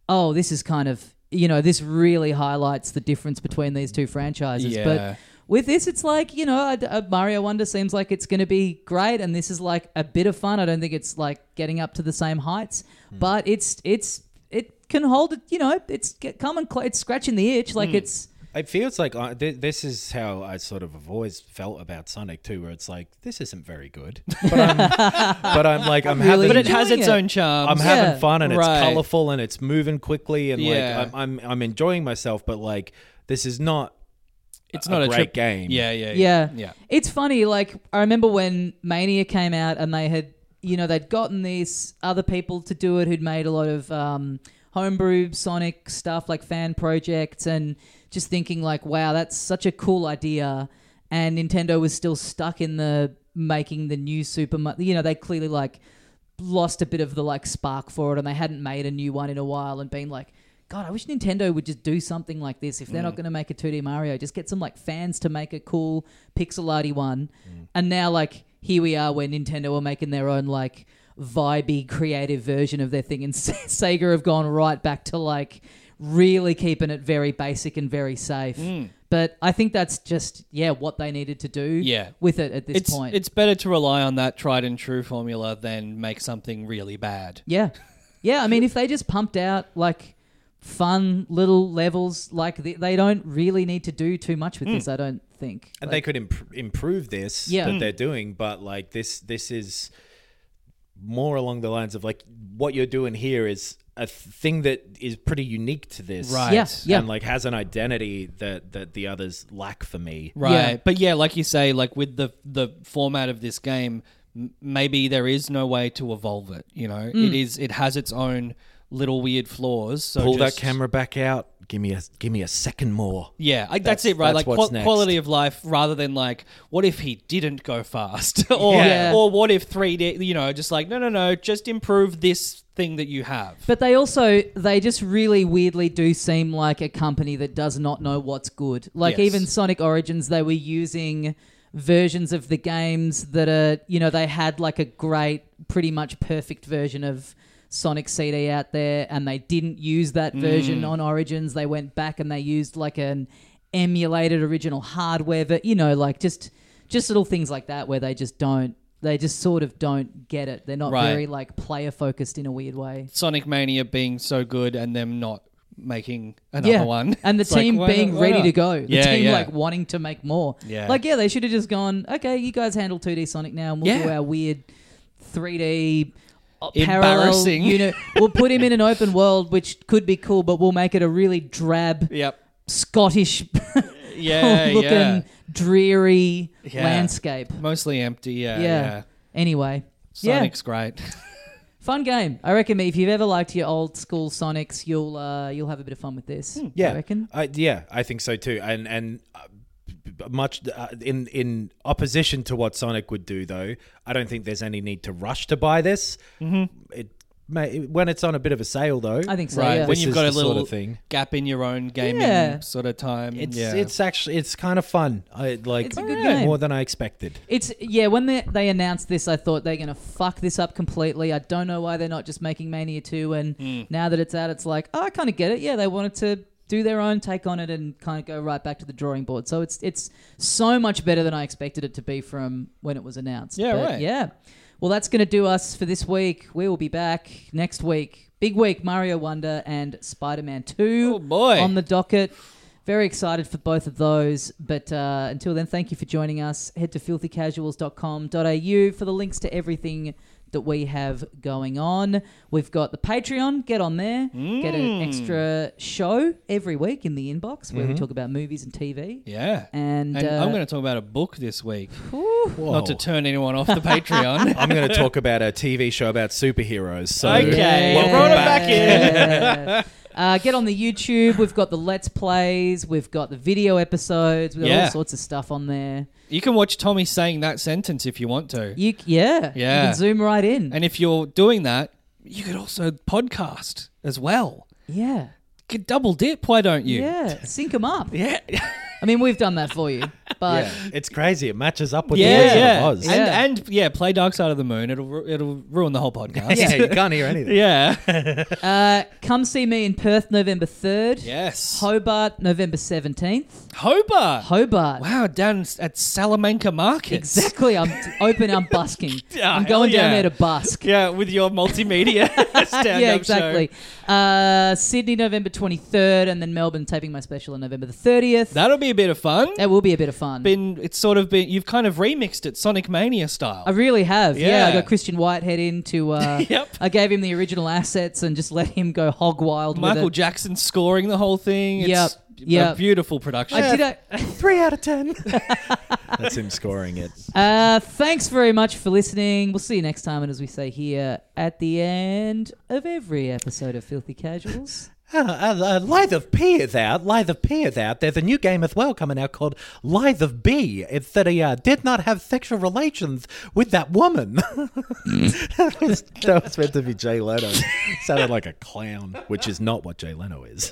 Speaker 4: oh, this is kind of you know this really highlights the difference between these two franchises.
Speaker 5: Yeah.
Speaker 4: But with this, it's like you know a, a Mario Wonder seems like it's going to be great, and this is like a bit of fun. I don't think it's like getting up to the same heights, but it's it's it can hold it. You know, it's get- come and cl- it's scratching the itch. Like it's
Speaker 6: It feels like I, th- this is how I sort of have always felt about Sonic too, where it's like this isn't very
Speaker 4: (laughs)
Speaker 6: good, but I'm, but I'm like I'm
Speaker 4: Really?
Speaker 6: having
Speaker 5: but it has
Speaker 4: enjoying
Speaker 5: its
Speaker 4: it.
Speaker 5: own charm.
Speaker 6: I'm
Speaker 4: Yeah.
Speaker 6: having fun and it's
Speaker 5: Right.
Speaker 6: colorful and it's moving quickly and
Speaker 5: Yeah.
Speaker 6: like I'm, I'm I'm enjoying myself, but like this is not
Speaker 5: it's not
Speaker 6: a
Speaker 5: a
Speaker 6: great
Speaker 5: trip-
Speaker 6: game.
Speaker 5: Yeah, yeah,
Speaker 4: yeah.
Speaker 5: yeah.
Speaker 4: It's funny. Like I remember when Mania came out, and they had you know they'd gotten these other people to do it who'd made a lot of um, homebrew Sonic stuff, like fan projects, and just thinking like, wow, that's such a cool idea. And Nintendo was still stuck in the making the new Super. Mo- you know, they clearly like lost a bit of the like spark for it and they hadn't made a new one in a while and been like god i wish nintendo would just do something like this if they're
Speaker 5: Mm.
Speaker 4: not going to make a 2d mario just get some like fans to make a cool pixel arty one
Speaker 5: Mm.
Speaker 4: and now like here we are where nintendo are making their own like vibey creative version of their thing and (laughs) sega have gone right back to like really keeping it very basic and very safe
Speaker 5: Mm.
Speaker 4: but i think that's just yeah what they needed to do
Speaker 5: Yeah.
Speaker 4: with it at this
Speaker 5: It's
Speaker 4: point
Speaker 5: it's better to rely on that tried and true formula than make something really bad.
Speaker 4: Yeah. Yeah, I mean, if they just pumped out like fun little levels, like they, they don't really need to do too much with this, I don't think.
Speaker 6: and
Speaker 4: Like,
Speaker 6: they could imp- improve this
Speaker 4: Yeah.
Speaker 5: Mm.
Speaker 6: that they're doing but like this this is more along the lines of like what you're doing here is a th- thing that is pretty unique to this
Speaker 5: Right.
Speaker 4: Yeah, yeah.
Speaker 6: and like has an identity that that the others lack for me
Speaker 5: Right.
Speaker 4: Yeah.
Speaker 5: But yeah, like you say, like with the the format of this game, m- maybe there is no way to evolve it. You know,
Speaker 4: Hmm.
Speaker 5: it is it has its own little weird flaws. So
Speaker 6: pull
Speaker 5: just-
Speaker 6: that camera back out give me a give me a second more
Speaker 5: Yeah, I, that's, it, right?
Speaker 6: that's
Speaker 5: like
Speaker 6: what's
Speaker 5: qual-
Speaker 6: next.
Speaker 5: quality of life, rather than like, what if he didn't go fast, (laughs) or
Speaker 4: Yeah.
Speaker 5: or what if three D? You know, just like no, no, no, just improve this thing that you have.
Speaker 4: but they also, they just really weirdly do seem like a company that does not know what's good. Like,
Speaker 5: Yes.
Speaker 4: even Sonic Origins, they were using versions of the games that are, you know, they had like a great, pretty much perfect version of. Sonic CD out there, and they didn't use that version
Speaker 5: Mm.
Speaker 4: on Origins. They went back and they used like an emulated original hardware, but you know, like just just little things like that where they just don't, they just sort of don't get it. They're not
Speaker 5: Right.
Speaker 4: very like player focused in a weird way.
Speaker 5: Sonic Mania being so good and them not making another one, (laughs)
Speaker 4: And the
Speaker 5: It's like,
Speaker 4: team
Speaker 5: why
Speaker 4: being
Speaker 5: not- why
Speaker 4: ready
Speaker 5: not?
Speaker 4: to go. The
Speaker 5: Yeah,
Speaker 4: team
Speaker 5: yeah.
Speaker 4: like wanting to make more.
Speaker 5: Yeah.
Speaker 4: Like, yeah, they should have just gone, okay, you guys handle 2D Sonic now and we'll do
Speaker 5: Yeah.
Speaker 4: our weird 3D. uh,
Speaker 5: Embarrassing.
Speaker 4: Parallel, you
Speaker 5: (laughs)
Speaker 4: know, we'll put him in an open world, which could be cool, but we'll make it a really drab
Speaker 5: Yep.
Speaker 4: (laughs) Scottish (laughs)
Speaker 5: Yeah,
Speaker 4: looking
Speaker 5: yeah.
Speaker 4: dreary
Speaker 5: Yeah.
Speaker 4: landscape.
Speaker 5: Mostly empty. Yeah,
Speaker 4: Yeah.
Speaker 5: yeah.
Speaker 4: Anyway. yeah.
Speaker 5: Sonic's great.
Speaker 4: Fun game. I reckon if you've ever liked your old school Sonics, you'll uh, you'll have a bit of fun with this.
Speaker 5: Hmm.
Speaker 6: Yeah,
Speaker 4: I reckon.
Speaker 6: I, yeah, I think so too. And and uh, b- b- much uh, in in opposition to what Sonic would do, though, I don't think there's any need to rush to buy this. It may when it's on a bit of a sale, though.
Speaker 4: I think (laughs) so.
Speaker 5: right.
Speaker 4: Yeah.
Speaker 5: When
Speaker 6: This
Speaker 5: you've
Speaker 6: is
Speaker 5: got a
Speaker 6: the sort
Speaker 5: little
Speaker 6: of thing.
Speaker 5: gap in your own gaming
Speaker 4: Yeah.
Speaker 5: sort of time.
Speaker 6: It's
Speaker 5: yeah.
Speaker 6: it's actually it's kind of fun. I like
Speaker 4: It's a good
Speaker 6: yeah,
Speaker 4: game.
Speaker 6: more than I expected.
Speaker 4: It's yeah. When they they announced this, I thought they're gonna fuck this up completely. I don't know why they're not just making Mania two. And
Speaker 5: Hmm.
Speaker 4: now that it's out, it's like oh, I kind of get it. Yeah, they wanted to do their own take on it and kind of go right back to the drawing board. So it's it's so much better than I expected it to be from when it was announced.
Speaker 5: Yeah,
Speaker 4: But
Speaker 5: right.
Speaker 4: Yeah. Well, that's gonna do us for this week. We will be back next week. Big week: Mario Wonder and Spider Man two.
Speaker 5: Oh, boy.
Speaker 4: On the docket. Very excited for both of those. But uh, until then, thank you for joining us. Head to filthycasuals.com.au for the links to everything that we have going on. We've got the Patreon. Get on there. Get
Speaker 5: Mm.
Speaker 4: an extra show every week in the inbox where we talk about movies and TV.
Speaker 5: Mm-hmm. yeah.
Speaker 4: And,
Speaker 5: And
Speaker 4: uh,
Speaker 5: I'm going to talk about a book this week,
Speaker 6: Whoa.
Speaker 5: not to turn anyone off the Patreon.
Speaker 4: (laughs)
Speaker 5: (laughs)
Speaker 6: I'm going to talk about a TV show about superheroes. So
Speaker 5: Okay.
Speaker 6: welcome
Speaker 5: Rhoda
Speaker 6: back.
Speaker 4: in. uh, get on the YouTube. We've got the Let's Plays. We've got the video episodes. We've got
Speaker 5: Yeah.
Speaker 4: all sorts of stuff on there.
Speaker 5: You can watch Tommy saying that sentence if you want to.
Speaker 4: You, c- yeah. You
Speaker 5: Yeah.
Speaker 4: can zoom right in.
Speaker 5: And if you're doing that, you could also podcast as well.
Speaker 4: yeah.
Speaker 5: You could double dip, why don't
Speaker 4: (laughs)
Speaker 5: you?
Speaker 4: Yeah. Sync them up.
Speaker 5: (laughs) Yeah.
Speaker 4: I mean, we've done that for
Speaker 5: (laughs)
Speaker 4: you, but
Speaker 6: It's crazy. It matches up with
Speaker 5: Yeah,
Speaker 6: the Wizard
Speaker 5: yeah.
Speaker 6: of Oz.
Speaker 5: And,
Speaker 4: Yeah.
Speaker 5: and yeah, play Dark Side of the Moon. It'll ru- it'll ruin the whole podcast.
Speaker 6: yeah, you can't hear
Speaker 5: (laughs)
Speaker 6: anything.
Speaker 5: yeah.
Speaker 4: (laughs) uh, come see me in Perth November 3rd,
Speaker 5: Yes.
Speaker 4: Hobart November 17th.
Speaker 5: Hobart.
Speaker 4: Hobart.
Speaker 5: wow, down s- at Salamanca Market.
Speaker 4: Exactly. I'm t- open. I'm busking.
Speaker 5: (laughs) Yeah,
Speaker 4: I'm going
Speaker 5: hell
Speaker 4: down
Speaker 5: yeah.
Speaker 4: there to busk.
Speaker 5: Yeah, with your (laughs) multimedia
Speaker 4: (laughs)
Speaker 5: stand-up
Speaker 4: yeah,
Speaker 5: show.
Speaker 4: exactly. Uh, Sydney, November 23rd, and then Melbourne taping my special on November the 30th. That,
Speaker 5: That'll be a bit of fun.
Speaker 4: will be a bit of fun.
Speaker 5: Been it's sort of been you've kind of remixed it Sonic Mania style.
Speaker 4: I really have. Yeah. I
Speaker 5: Yeah.
Speaker 4: got Christian Whitehead in to. Uh,
Speaker 5: (laughs) Yep.
Speaker 4: I gave him the original assets and just let him go hog wild
Speaker 5: Michael
Speaker 4: with it.
Speaker 5: Jackson scoring the whole thing. It's
Speaker 4: Yep, yep.
Speaker 5: a beautiful production.
Speaker 4: I did. A,
Speaker 6: Three out of ten. That's him scoring it.
Speaker 4: Uh, thanks very much for listening. We'll see you next time. And as we say here at the end of every episode of Filthy Casuals,
Speaker 6: Uh, uh, uh, Lithe of P is out. Lithe of P is out. There's a new game as well coming out called Lithe of B. It's that he uh, did not have sexual relations with that woman. (laughs) that, was, that was meant to be Jay Leno. (laughs) Sounded like a clown, which is not what Jay Leno is.